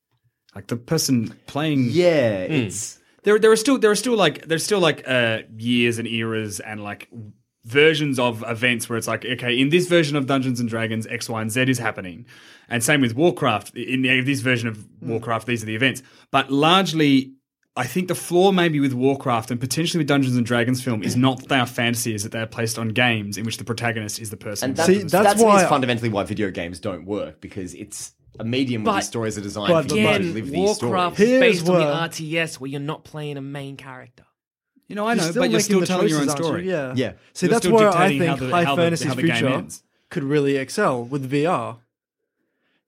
Speaker 4: Like the person playing
Speaker 3: Yeah, Uh, it's
Speaker 4: there there are still there are still like there's still like uh years and eras and like versions of events where it's like okay in this version of Dungeons and Dragons X Y and Z is happening and same with Warcraft in the, this version of
Speaker 2: Hmm.
Speaker 4: Warcraft these are the events but largely I think the flaw maybe with Warcraft and potentially with Dungeons and Dragons film is not that they are fantasy is that they are placed on games in which the protagonist is the person
Speaker 3: and that,
Speaker 2: See,
Speaker 3: that's,
Speaker 2: that's
Speaker 3: why
Speaker 2: why-
Speaker 3: is fundamentally why video games don't work because it's a medium where
Speaker 1: But-
Speaker 3: these stories are designed
Speaker 2: but
Speaker 3: for you to
Speaker 2: again,
Speaker 3: live these
Speaker 1: Warcraft
Speaker 3: stories.
Speaker 1: is
Speaker 2: Here's
Speaker 1: based on the
Speaker 2: where-
Speaker 1: RTS where you're not playing a main character.
Speaker 4: you know I
Speaker 2: You're
Speaker 4: know but you're
Speaker 2: making
Speaker 4: still
Speaker 2: the
Speaker 4: telling your own
Speaker 2: choices, aren't
Speaker 4: story
Speaker 2: you? Yeah.
Speaker 3: Yeah.
Speaker 2: See,
Speaker 4: You're
Speaker 2: that's
Speaker 4: still
Speaker 2: where I
Speaker 4: dictating
Speaker 2: think
Speaker 4: how the-
Speaker 2: high
Speaker 4: how the-
Speaker 2: fantasy's
Speaker 4: how the game
Speaker 2: future
Speaker 4: ends.
Speaker 2: could really excel with VR.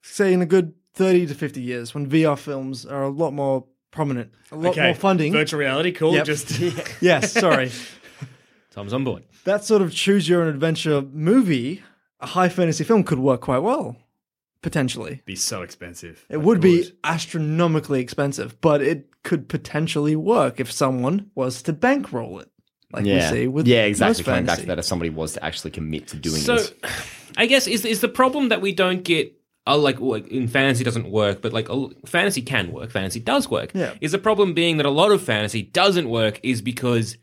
Speaker 2: Say in a good thirty to fifty years, when VR films are a lot more prominent, a lot more funding.
Speaker 4: virtual reality cool
Speaker 2: Yep.
Speaker 4: just
Speaker 2: yes, sorry.
Speaker 1: Tom's on board.
Speaker 2: that sort of choose your own adventure movie, a high fantasy film could work quite well. potentially.
Speaker 4: be so expensive.
Speaker 2: It would be astronomically expensive, but it could potentially work if someone was to bankroll it, like
Speaker 3: yeah,
Speaker 2: we see with
Speaker 3: yeah, exactly.
Speaker 2: most
Speaker 3: Coming back
Speaker 2: fantasy.
Speaker 3: to that, if somebody was to actually commit to doing
Speaker 1: So,
Speaker 3: this,
Speaker 1: I guess is is the problem that we don't get. Uh, like like, in fantasy doesn't work, but like a- fantasy can work. Fantasy does work.
Speaker 2: Yeah.
Speaker 1: Is the problem being that a lot of fantasy doesn't work is because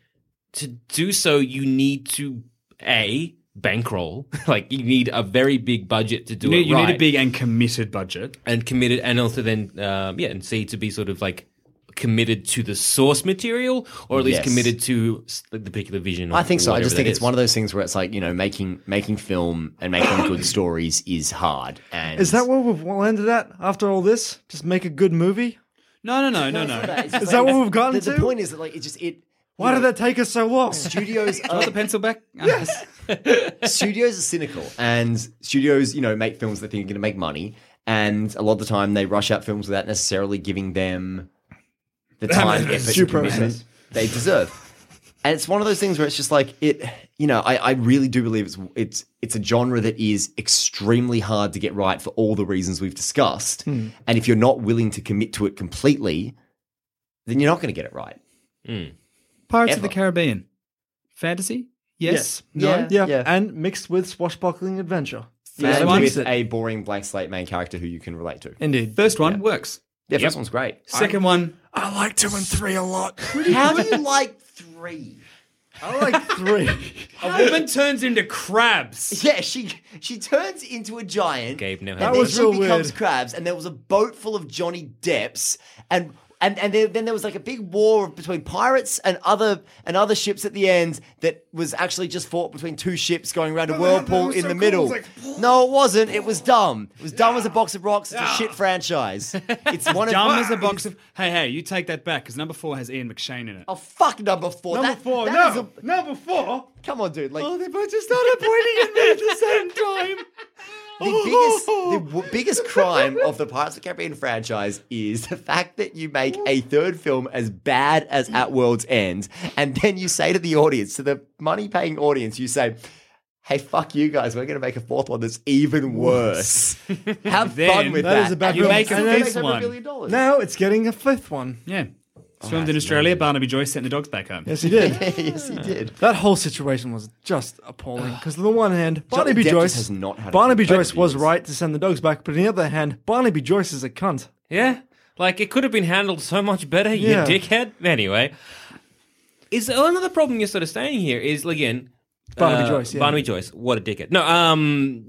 Speaker 1: to do so you need to a bankroll. like you need a very big budget to do
Speaker 4: You need,
Speaker 1: it.
Speaker 4: you need a
Speaker 1: right.
Speaker 4: big and committed budget.
Speaker 1: and committed, and also then um, yeah, and C to be sort of like committed to the source material, or at least
Speaker 3: Yes.
Speaker 1: committed to s- the particular vision. or
Speaker 3: I think so. I
Speaker 1: whatever
Speaker 3: just think
Speaker 1: that
Speaker 3: it's
Speaker 1: is.
Speaker 3: one of those things where it's like you know, making making film and making good stories is hard. And
Speaker 2: Is that what we've landed at after all this? Just make a good movie?
Speaker 4: No, no, no, no, no.
Speaker 3: Is
Speaker 2: that what we've gotten
Speaker 3: the,
Speaker 2: to?
Speaker 3: The point is that like it just it.
Speaker 2: Why did that take us so long?
Speaker 3: Studios are
Speaker 4: the pencil back. Yes.
Speaker 3: studios are cynical and studios, you know, make films they think are going to make money. And a lot of the time they rush out films without necessarily giving them the time, effort,
Speaker 2: due
Speaker 3: and commitment
Speaker 2: process.
Speaker 3: they deserve. And it's one of those things where it's just like it, you know, I, I really do believe it's it's it's a genre that is extremely hard to get right for all the reasons we've discussed. And if you're not willing to commit to it completely, then you're not going to get it right.
Speaker 4: Pirates
Speaker 3: Ever.
Speaker 4: of the Caribbean. Fantasy? Yes. No.
Speaker 2: Yeah.
Speaker 3: Yeah.
Speaker 2: and mixed with swashbuckling adventure.
Speaker 3: And
Speaker 4: one-
Speaker 3: with a boring blank slate main character who you can relate to.
Speaker 2: Indeed.
Speaker 4: First one works.
Speaker 3: Yeah, first one's great.
Speaker 4: Second one,
Speaker 2: I like two and three a lot.
Speaker 3: How do you like three?
Speaker 2: I like three.
Speaker 4: a woman turns into crabs.
Speaker 3: Yeah, she she turns into a giant.
Speaker 1: Gabe never
Speaker 3: and
Speaker 1: had
Speaker 3: then
Speaker 2: that.
Speaker 3: she
Speaker 2: That was real
Speaker 3: becomes
Speaker 2: weird.
Speaker 3: crabs, and there was a boat full of Johnny Depps, and and and there, then there was like a big war between pirates and other and other ships at the end that was actually just fought between two ships going around a whirlpool in the middle. no, it wasn't. It was dumb. It was dumb as a box of rocks. It's a shit franchise. It's one
Speaker 4: Dumb
Speaker 3: of
Speaker 4: as a box of. Hey, hey, you take that back because number four has Ian McShane in it.
Speaker 3: Oh fuck! Number four.
Speaker 2: Number
Speaker 3: That-
Speaker 2: four.
Speaker 3: that is
Speaker 2: no.
Speaker 3: a-
Speaker 2: Number four.
Speaker 3: come on, dude. Like
Speaker 2: Oh, they both just started pointing at me at the same time.
Speaker 3: The biggest, the w- biggest crime of the Pirates of the Caribbean franchise is the fact that you make a third film as bad as At World's End, and then you say to the audience, to the money-paying audience, you say, "Hey, fuck you guys! We're going to make a fourth one that's even worse. Have fun
Speaker 4: Then
Speaker 3: with that."
Speaker 2: that is a bad
Speaker 3: And
Speaker 4: You
Speaker 2: film.
Speaker 4: make
Speaker 2: And
Speaker 4: a
Speaker 2: then
Speaker 3: it
Speaker 2: it's
Speaker 4: fifth
Speaker 3: makes over a
Speaker 4: one.
Speaker 3: billion dollars.
Speaker 2: Now it's getting a fifth one.
Speaker 4: Yeah. It's filmed in Australia. Barnaby Joyce sent the dogs back home.
Speaker 2: Yes, he did.
Speaker 3: yes, he did.
Speaker 2: that whole situation was just appalling. Because on the one hand,
Speaker 3: Johnny
Speaker 2: Barnaby
Speaker 3: Depp just
Speaker 2: Joyce
Speaker 3: has not had a
Speaker 2: Barnaby
Speaker 3: good
Speaker 2: Joyce was
Speaker 3: reviews.
Speaker 2: right to send the dogs back, but on the other hand, Barnaby Joyce is a cunt.
Speaker 1: Yeah. Like it could have been handled so much better,
Speaker 2: Yeah.
Speaker 1: you dickhead. Anyway. Is oh, another problem you're sort of saying here is again
Speaker 2: Barnaby
Speaker 1: uh,
Speaker 2: Joyce. Yeah.
Speaker 1: Barnaby Joyce, what a dickhead. No, um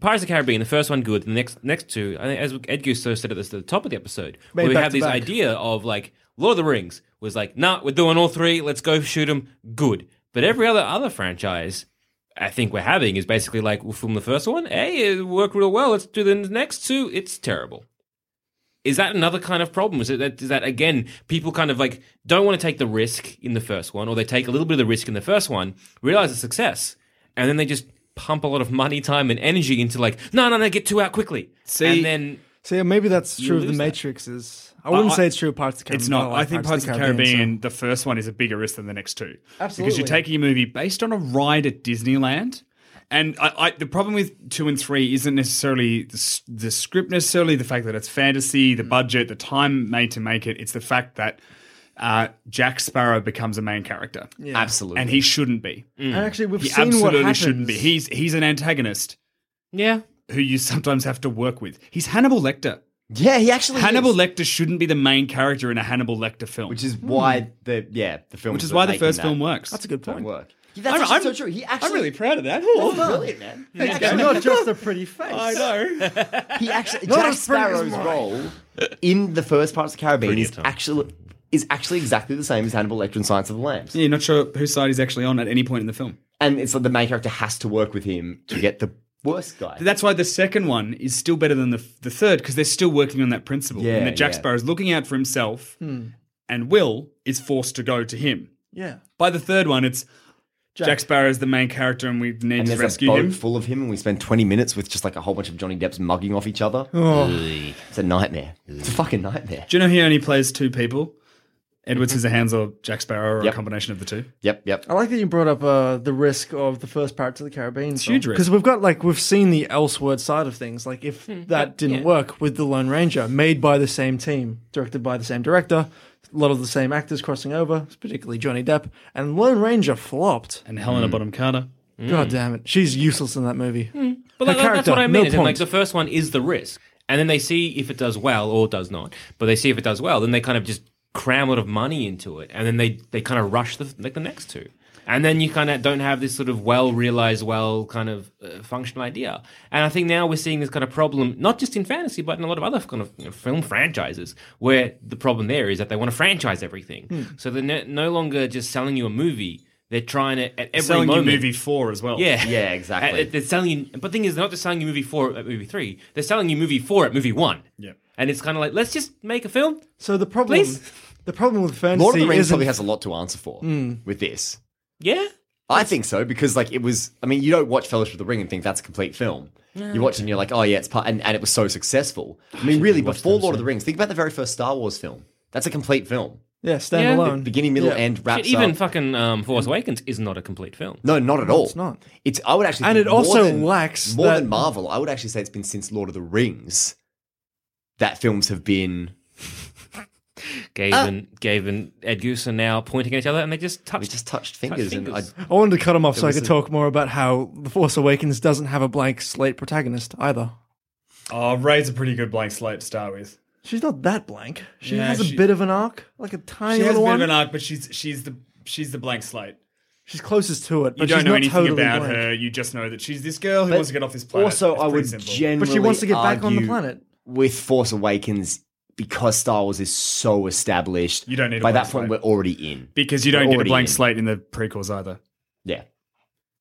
Speaker 1: Pirates of the Caribbean, the first one good, the next next two, I think as Ed Goose sort of said at this at the top of the episode,
Speaker 2: Made
Speaker 1: where we
Speaker 2: back
Speaker 1: have
Speaker 2: to
Speaker 1: this
Speaker 2: back.
Speaker 1: idea of like Lord of the Rings was like, nah, we're doing all three, let's go shoot them, good. But every other other franchise I think we're having is basically like we'll film the first one, hey, it worked real well, let's do the next two, it's terrible is that another kind of problem? Is it that is that again people kind of like don't want to take the risk in the first one, or they take a little bit of the risk in the first one, realize it's success, and then they just pump a lot of money, time, and energy into like no, no, no, get two out quickly,
Speaker 4: See-
Speaker 1: and then
Speaker 2: So yeah, maybe that's true of the
Speaker 1: lose that.
Speaker 2: Matrixes. I wouldn't
Speaker 4: I-
Speaker 2: say it's true of Pirates of the Caribbean.
Speaker 4: It's not. I
Speaker 2: like
Speaker 4: think Pirates of the
Speaker 2: so-
Speaker 4: Caribbean, the first one, is a bigger risk than the next two. Because
Speaker 2: Absolutely.
Speaker 4: you're taking a movie based on a ride at Disneyland. And I, I, the problem with two and three isn't necessarily the, s- the script, necessarily the fact that it's fantasy, the budget, the time made to make it. It's the fact that uh, Jack Sparrow becomes a main character,
Speaker 3: Absolutely.
Speaker 4: and he shouldn't be.
Speaker 2: And actually, we've
Speaker 4: mm, He
Speaker 2: seen what
Speaker 4: absolutely
Speaker 2: happens.
Speaker 4: shouldn't be. He's he's an antagonist
Speaker 1: yeah,
Speaker 4: who you sometimes have to work with. He's Hannibal Lecter.
Speaker 3: yeah, he actually
Speaker 4: Hannibal
Speaker 3: is. Hmm.
Speaker 4: Lecter shouldn't be the main character in a Hannibal Lecter film,
Speaker 3: which is why the yeah the film,
Speaker 4: which is
Speaker 3: that
Speaker 4: why the
Speaker 3: making
Speaker 4: first
Speaker 3: that
Speaker 4: film works.
Speaker 2: That's a good
Speaker 3: don't
Speaker 2: point.
Speaker 3: work. Yeah, that's
Speaker 4: I'm-
Speaker 3: actually
Speaker 4: I'm-
Speaker 3: so true. He actually
Speaker 4: I'm really proud of that.
Speaker 3: That's brilliant, man. He
Speaker 2: And
Speaker 3: actually-
Speaker 2: not just a pretty face.
Speaker 4: I know.
Speaker 3: He actually
Speaker 2: Not
Speaker 3: Jack
Speaker 2: as frank as
Speaker 3: Sparrow's
Speaker 2: mine.
Speaker 3: role in the first Pirates of the Caribbean is
Speaker 1: Brilliant, huh?
Speaker 3: actually is actually exactly the same as Hannibal Lecter in Science of the Lambs.
Speaker 4: Yeah, you're not sure whose side he's actually on at any point in the film.
Speaker 3: And it's like the main character has to work with him to get the worst guy.
Speaker 4: That's why the second one is still better than the the third because they're still working on that principle.
Speaker 3: Yeah,
Speaker 4: and that Jack
Speaker 3: yeah. Hmm.
Speaker 4: Sparrow's looking out for himself, and Will is forced to go to him.
Speaker 2: Yeah.
Speaker 4: By the third one, it's Jack, Sparrow's the main character, and we need
Speaker 3: and
Speaker 4: to
Speaker 3: there's
Speaker 4: rescue
Speaker 3: a boat
Speaker 4: him.
Speaker 3: full of him, and we spend 20 minutes with just like a whole bunch of Johnny Depp's mugging off each other. It's a nightmare. It's a fucking nightmare.
Speaker 4: Do you know he only plays two people? Edward Scissorhands or Jack Sparrow or
Speaker 3: Mm-hmm. Yep.
Speaker 4: a combination of the two.
Speaker 3: Yep, yep.
Speaker 2: I like that you brought up uh, the risk of the first Pirates of the Caribbean. It's
Speaker 4: huge risk.
Speaker 2: Because we've got, like, we've seen the Elseworld side of things. Like, if that didn't work with The Lone Ranger, made by the same team, directed by the same director, a lot of the same actors crossing over, particularly Johnny Depp, and Lone Ranger flopped.
Speaker 4: And Helena Bottom Carter.
Speaker 2: God damn it. She's useless in that movie.
Speaker 1: But
Speaker 2: Her
Speaker 1: like, that's what I
Speaker 2: character,
Speaker 1: mean.
Speaker 2: no
Speaker 1: is in, like
Speaker 2: point.
Speaker 1: the first one is the risk, and then they see if it does well or does not. But they see if it does well, then they kind of just cram a lot of money into it, and then they they kind of rush the like the next two, and then you kind of don't have this sort of well realized, well kind of uh, functional idea. And I think now we're seeing this kind of problem, not just in fantasy, but in a lot of other kind of you know, film franchises, where the problem there is that they want to franchise everything,
Speaker 2: Hmm.
Speaker 1: so they're no, no longer just selling you a movie. They're trying to at every
Speaker 4: Selling you
Speaker 1: moment
Speaker 4: movie four as well.
Speaker 1: yeah,
Speaker 3: Oh, Yeah, exactly.
Speaker 1: Uh, They're selling you, but thing is, they're not just selling you movie four at movie three. They're selling you movie four at movie one.
Speaker 4: Yeah.
Speaker 1: and it's kind of like let's just make a film.
Speaker 2: So the problem,
Speaker 1: Please?
Speaker 2: the problem with fantasy
Speaker 3: Lord of the Rings
Speaker 2: isn't-
Speaker 3: probably has a lot to answer for with this.
Speaker 1: Yeah,
Speaker 3: I think so because like it was. I mean, you don't watch Fellowship of the Ring and think that's a complete film. You watch it and you're like, oh yeah, it's part, and, and it was so successful. I mean, really, before Lord of the Rings, think about the very first Star Wars film. That's a complete film.
Speaker 2: yeah, standalone.
Speaker 3: Beginning, middle,
Speaker 2: Um, Yeah.
Speaker 3: end, wraps
Speaker 1: Shit, even
Speaker 3: up.
Speaker 1: fucking um, Force Awakens is not a complete film.
Speaker 3: no, not at all.
Speaker 2: it's not.
Speaker 3: It's I would actually,
Speaker 2: And
Speaker 3: think
Speaker 2: it
Speaker 3: more
Speaker 2: also
Speaker 3: than-
Speaker 2: lacks
Speaker 3: more
Speaker 2: that-
Speaker 3: than Marvel. I would actually say it's been since Lord of the Rings that films have been
Speaker 1: Gabe and Gabe and Ed Goose are now pointing at each other, and they just touch.
Speaker 3: we just touched fingers,
Speaker 1: fingers.
Speaker 3: and I,
Speaker 2: I wanted to cut him off so I could talk more about how The Force Awakens doesn't have a blank slate protagonist either.
Speaker 4: Oh, Ray's a pretty good blank slate to start with.
Speaker 2: She's not that blank. She
Speaker 4: Yeah,
Speaker 2: has a
Speaker 4: she-
Speaker 2: bit of an arc, like a tiny
Speaker 4: She has a
Speaker 2: little
Speaker 4: bit
Speaker 2: one.
Speaker 4: of an arc, but she's she's the she's the blank slate.
Speaker 2: She's closest to it,
Speaker 4: You
Speaker 2: but
Speaker 4: don't
Speaker 2: she's
Speaker 4: know
Speaker 2: not
Speaker 4: anything
Speaker 2: totally
Speaker 4: about
Speaker 2: blank.
Speaker 4: her. You just know that she's this girl who
Speaker 3: But
Speaker 4: wants to get off this planet.
Speaker 3: Also,
Speaker 4: It's
Speaker 3: I
Speaker 4: pretty
Speaker 3: would
Speaker 4: simple.
Speaker 3: generally
Speaker 2: But she wants to get back on the
Speaker 3: argue
Speaker 2: planet.
Speaker 3: with Force Awakens because Star Wars is so established.
Speaker 4: You don't need a
Speaker 3: by
Speaker 4: blank
Speaker 3: that point
Speaker 4: slate.
Speaker 3: we're already in
Speaker 4: because you
Speaker 3: We're
Speaker 4: don't get a
Speaker 3: already
Speaker 4: blank
Speaker 3: in.
Speaker 4: slate in the prequels either.
Speaker 3: Yeah,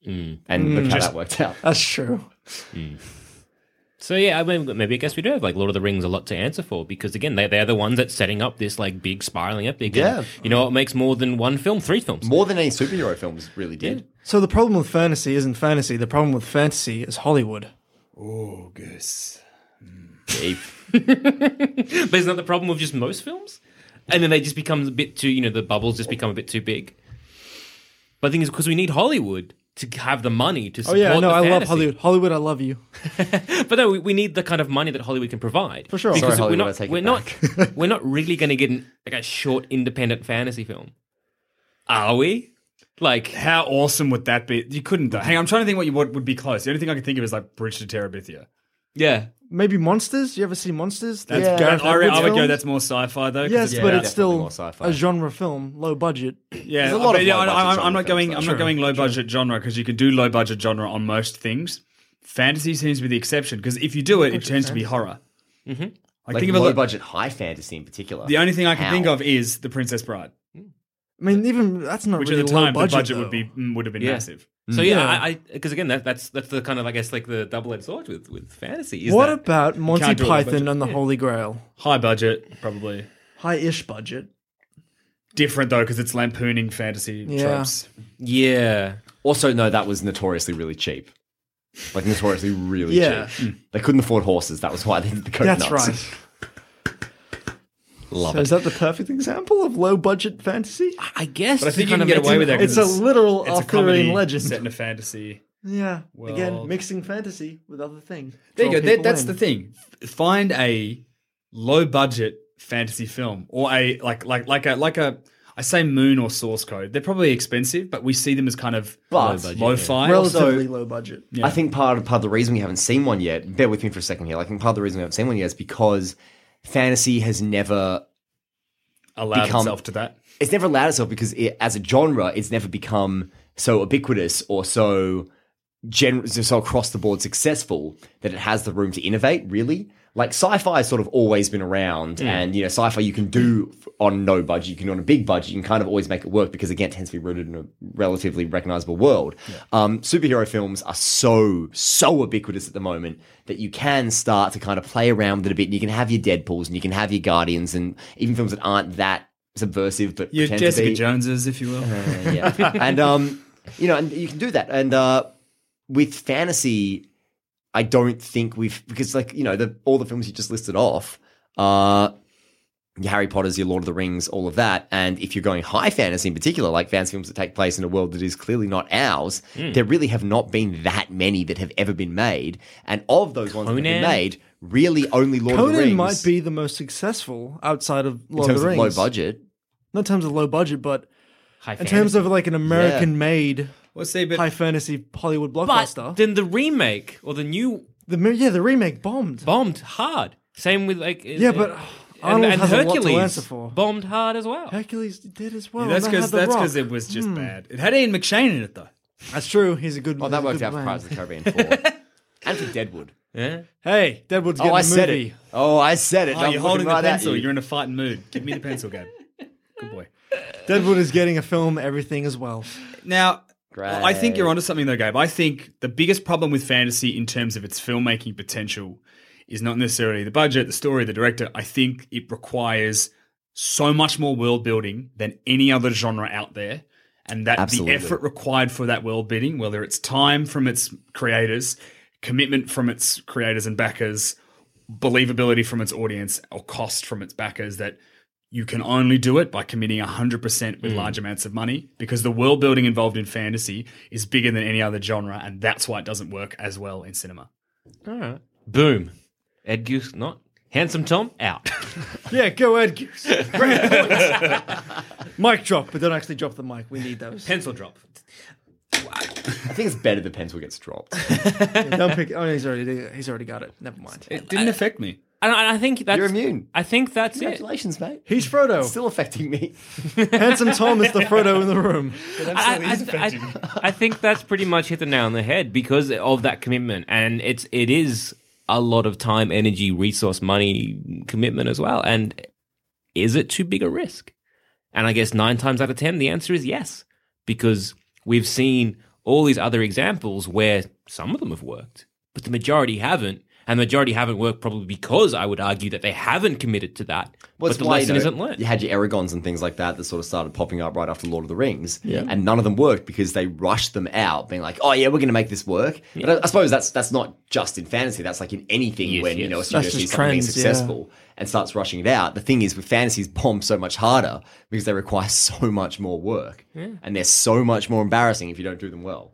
Speaker 3: and
Speaker 4: Mm.
Speaker 3: look how that worked out.
Speaker 2: That's true.
Speaker 1: So yeah, I mean, maybe I guess we do have like Lord of the Rings a lot to answer for because again, they they are the ones that's setting up this like big spiraling up big.
Speaker 3: Yeah.
Speaker 1: you know, it makes more than one film, three films.
Speaker 3: More than any superhero films really did.
Speaker 2: So the problem with fantasy isn't fantasy. The problem with fantasy is Hollywood.
Speaker 4: Oh, goose. Mm.
Speaker 3: Deep.
Speaker 1: But isn't that the problem with just most films? And then they just become a bit too, you know, the bubbles just become a bit too big. But the thing is, because we need Hollywood to have the money to
Speaker 2: Oh
Speaker 1: support.
Speaker 2: yeah, no,
Speaker 1: the
Speaker 2: I love
Speaker 1: fantasy.
Speaker 2: Hollywood. Hollywood, I love you.
Speaker 1: But no, we, we need the kind of money that Hollywood can provide for
Speaker 2: sure.
Speaker 1: Because
Speaker 3: Sorry,
Speaker 1: we're
Speaker 3: Hollywood, I
Speaker 1: not,
Speaker 3: take it
Speaker 1: we're not, we're not really going to get an, like a short independent fantasy film, are we? Like,
Speaker 4: How awesome would that be? You couldn't though. Hang on, I'm trying to think what you what would be close. The only thing I can think of is like Bridge to Terabithia.
Speaker 1: yeah,
Speaker 2: Maybe Monsters. You ever see Monsters?
Speaker 4: That's,
Speaker 2: That's
Speaker 4: that- I, re- I would go.
Speaker 2: films.
Speaker 4: That's more sci-fi though. 'cause
Speaker 2: yes,
Speaker 4: it's
Speaker 2: but
Speaker 4: about-
Speaker 2: it's
Speaker 3: definitely
Speaker 2: still
Speaker 3: more sci-fi.
Speaker 2: a genre film, low budget.
Speaker 4: yeah.
Speaker 3: there's a lot
Speaker 4: but
Speaker 3: of
Speaker 4: yeah, I-
Speaker 3: low-budget
Speaker 4: I- I'm,
Speaker 3: genre
Speaker 4: not going.
Speaker 3: films,
Speaker 4: I'm
Speaker 3: sure.
Speaker 4: not going low budget genre because you can do low budget genre on most things. Fantasy seems to be the exception because if you do it, it tends to be horror. Mm-hmm. Like,
Speaker 3: Like
Speaker 4: think of a
Speaker 3: low
Speaker 4: low budget.
Speaker 3: budget high fantasy in particular.
Speaker 4: The only thing I can
Speaker 3: How?
Speaker 4: think of is The Princess Bride,
Speaker 2: I mean, even that's not
Speaker 4: which
Speaker 2: really
Speaker 4: at the time
Speaker 2: low budget.
Speaker 4: the budget
Speaker 2: though.
Speaker 4: would be mm, would have been massive.
Speaker 1: so yeah,
Speaker 2: Yeah.
Speaker 1: I because again, that, that's that's the kind of I guess like the double edged sword with with fantasy. Is
Speaker 2: What
Speaker 1: that,
Speaker 2: about Monty
Speaker 4: can't do a low
Speaker 2: Python
Speaker 4: budget.
Speaker 2: and the Holy Grail?
Speaker 4: High budget, probably
Speaker 2: High-ish budget.
Speaker 4: different though because it's lampooning fantasy
Speaker 2: Yeah.
Speaker 4: tropes.
Speaker 1: yeah,
Speaker 3: also, no, that was notoriously really cheap. Like notoriously really
Speaker 2: Yeah.
Speaker 3: cheap. They couldn't afford horses. That was why they did the coconuts.
Speaker 2: That's right.
Speaker 3: Love
Speaker 2: So is that the perfect example of low budget fantasy?
Speaker 1: I guess.
Speaker 4: But I
Speaker 1: it
Speaker 4: think you
Speaker 1: kinda
Speaker 4: can get
Speaker 1: makes
Speaker 4: away
Speaker 1: it-
Speaker 4: with that. 'cause
Speaker 2: It's a literal
Speaker 4: it's a
Speaker 2: Arthurian
Speaker 4: comedy
Speaker 2: legend.
Speaker 4: set in a fantasy.
Speaker 2: Yeah. Again,
Speaker 4: Well-
Speaker 2: mixing fantasy with other things.
Speaker 4: There you go. That, that's the thing. F- Find a low budget fantasy film or a like like like a like a I say Moon or Source Code. They're probably expensive, but we see them as kind of
Speaker 3: But-
Speaker 4: lo-fi.
Speaker 2: Relatively low budget.
Speaker 3: I think part of part of the reason we haven't seen one yet. Bear with me for a second here. I think part of the reason we haven't seen one yet is because fantasy has never
Speaker 4: allowed
Speaker 3: become-
Speaker 4: itself to that.
Speaker 3: it's never allowed itself because it, as a genre, it's never become so ubiquitous or so gen- so across the board successful that it has the room to innovate. Really, like sci-fi has sort of always been around,
Speaker 4: Mm.
Speaker 3: and you know, sci-fi you can do f- on no budget, you can do on a big budget, you can kind of always make it work because again, it tends to be rooted in a relatively recognizable world. Um, superhero films are so so ubiquitous at the moment that you can start to kind of play around with it a bit, and you can have your Deadpool's, and you can have your Guardians, and even films that aren't that subversive but
Speaker 4: Your
Speaker 3: pretend to
Speaker 4: Jessica
Speaker 3: be.
Speaker 4: Joneses, if you will.
Speaker 3: Uh, yeah. and um, you know, and you can do that. And uh, with fantasy, I don't think we've because like you know the all the films you just listed off, uh, Harry Potter's, your Lord of the Rings, all of that. And if you're going high fantasy in particular, like fantasy films that take place in a world that is clearly not ours, there really have not been that many that have ever been made. And of those ones that
Speaker 1: Conan?
Speaker 3: have been made, really only Lord of the
Speaker 2: Conan
Speaker 3: Rings
Speaker 2: might be the most successful outside of
Speaker 3: in
Speaker 2: Lord
Speaker 3: terms
Speaker 2: of the
Speaker 3: of low
Speaker 2: Rings.
Speaker 3: budget.
Speaker 2: Not in terms of low budget, but
Speaker 1: High
Speaker 2: in terms of like an American-made
Speaker 4: What's the
Speaker 2: high
Speaker 4: bit?
Speaker 2: fantasy Hollywood
Speaker 1: but
Speaker 2: blockbuster.
Speaker 1: Uh, then the remake or the new
Speaker 2: the, mi- yeah, the remake bombed.
Speaker 1: bombed hard. Same with like uh,
Speaker 2: Yeah, but Arnold has a lot to answer for.
Speaker 1: bombed hard as well.
Speaker 2: Hercules did as well.
Speaker 4: That's
Speaker 2: and that had
Speaker 4: because
Speaker 2: The
Speaker 4: that's because
Speaker 2: Rock. Hmm.
Speaker 4: it was just bad. It had Ian McShane in it though.
Speaker 2: That's true. He's a good.
Speaker 3: Oh,
Speaker 2: he's a
Speaker 3: that worked
Speaker 2: good
Speaker 3: out for
Speaker 2: man.
Speaker 3: Pirates of the Caribbean 4. and for Deadwood.
Speaker 2: Hey, Deadwood's
Speaker 3: Oh,
Speaker 2: getting
Speaker 3: I
Speaker 2: a
Speaker 3: said
Speaker 2: movie.
Speaker 3: it. Oh, I said it.
Speaker 4: Oh,
Speaker 3: I'm
Speaker 4: you're
Speaker 3: looking
Speaker 4: holding the
Speaker 3: right at
Speaker 4: pencil.
Speaker 3: you.
Speaker 4: You're in a fighting mood. Give me the pencil, Gab. Good boy.
Speaker 2: Deadwood is getting a film. Everything as well.
Speaker 4: Now,
Speaker 3: Great.
Speaker 4: I think you're onto something though, Gabe. I think the biggest problem with fantasy in terms of its filmmaking potential is not necessarily the budget, the story, the director. I think it requires so much more world building than any other genre out there. And that
Speaker 3: Absolutely.
Speaker 4: the effort required for that world building, whether it's time from its creators, commitment from its creators and backers, believability from its audience, or cost from its backers, that you can only do it by committing 100% with large amounts of money because the world building involved in fantasy is bigger than any other genre and that's why it doesn't work as well in cinema.
Speaker 1: All right. Boom. Ed Goose not. Handsome Tom out.
Speaker 2: Yeah, go Ed Goose. Great points. mic drop, but don't actually drop the mic. We need those.
Speaker 1: Pencil drop.
Speaker 3: I think it's better the pencil gets dropped.
Speaker 2: Don't pick. Oh, he's already he's already got it. Never mind.
Speaker 4: It didn't affect me.
Speaker 1: And I, I think that's
Speaker 3: You're immune.
Speaker 1: I think that's it.
Speaker 3: Congratulations, mate.
Speaker 2: He's Frodo.
Speaker 3: It's still affecting me.
Speaker 2: Handsome Tom is the Frodo in the room.
Speaker 1: I, I- I- I think that's pretty much hit the nail on the head because of that commitment, and it's it is a lot of time, energy, resource, money commitment as well. And is it too big a risk? And I guess nine times out of ten, the answer is yes, because we've seen all these other examples where some of them have worked, but the majority haven't. And the majority haven't worked probably because I would argue that they haven't committed to that. but
Speaker 3: it's
Speaker 1: the
Speaker 3: why,
Speaker 1: lesson
Speaker 3: you know,
Speaker 1: isn't learned.
Speaker 3: You had your Aragons and things like that that sort of started popping up right after Lord of the Rings, and none of them worked because they rushed them out, being like, "Oh yeah, we're going to make this work." And I, I suppose that's that's not just in fantasy; that's like in anything
Speaker 1: Yes,
Speaker 3: when you
Speaker 1: yes.
Speaker 3: know a studio
Speaker 2: That's
Speaker 3: sees
Speaker 2: just
Speaker 3: something being
Speaker 2: trends, yeah.
Speaker 3: successful and starts rushing it out. The thing is, with fantasies, bomb so much harder because they require so much more work, and they're so much more embarrassing if you don't do them well.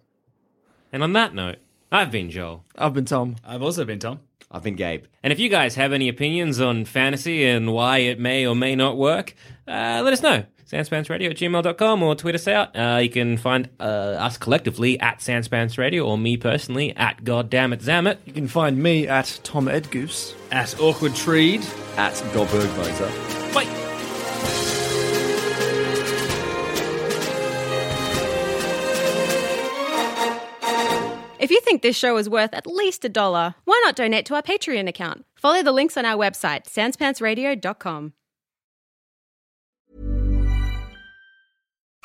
Speaker 1: And on that note, I've been Joel.
Speaker 2: I've been Tom.
Speaker 4: I've also been Tom.
Speaker 3: I've been Gabe.
Speaker 1: And if you guys have any opinions on fantasy and why it may or may not work, uh, let us know. Sanspansradio at gmail.com or tweet us out. Uh, you can find uh, us collectively at Sanspansradio or me personally at GoddammitZammit.
Speaker 2: You can find me at Tom Ed Goose.
Speaker 4: At Awkward Treed.
Speaker 3: at Goldberg Motor.
Speaker 1: Bye.
Speaker 5: If you think this show is worth at least a dollar, why not donate to our Patreon account? Follow the links on our website, sanspantsradio.com.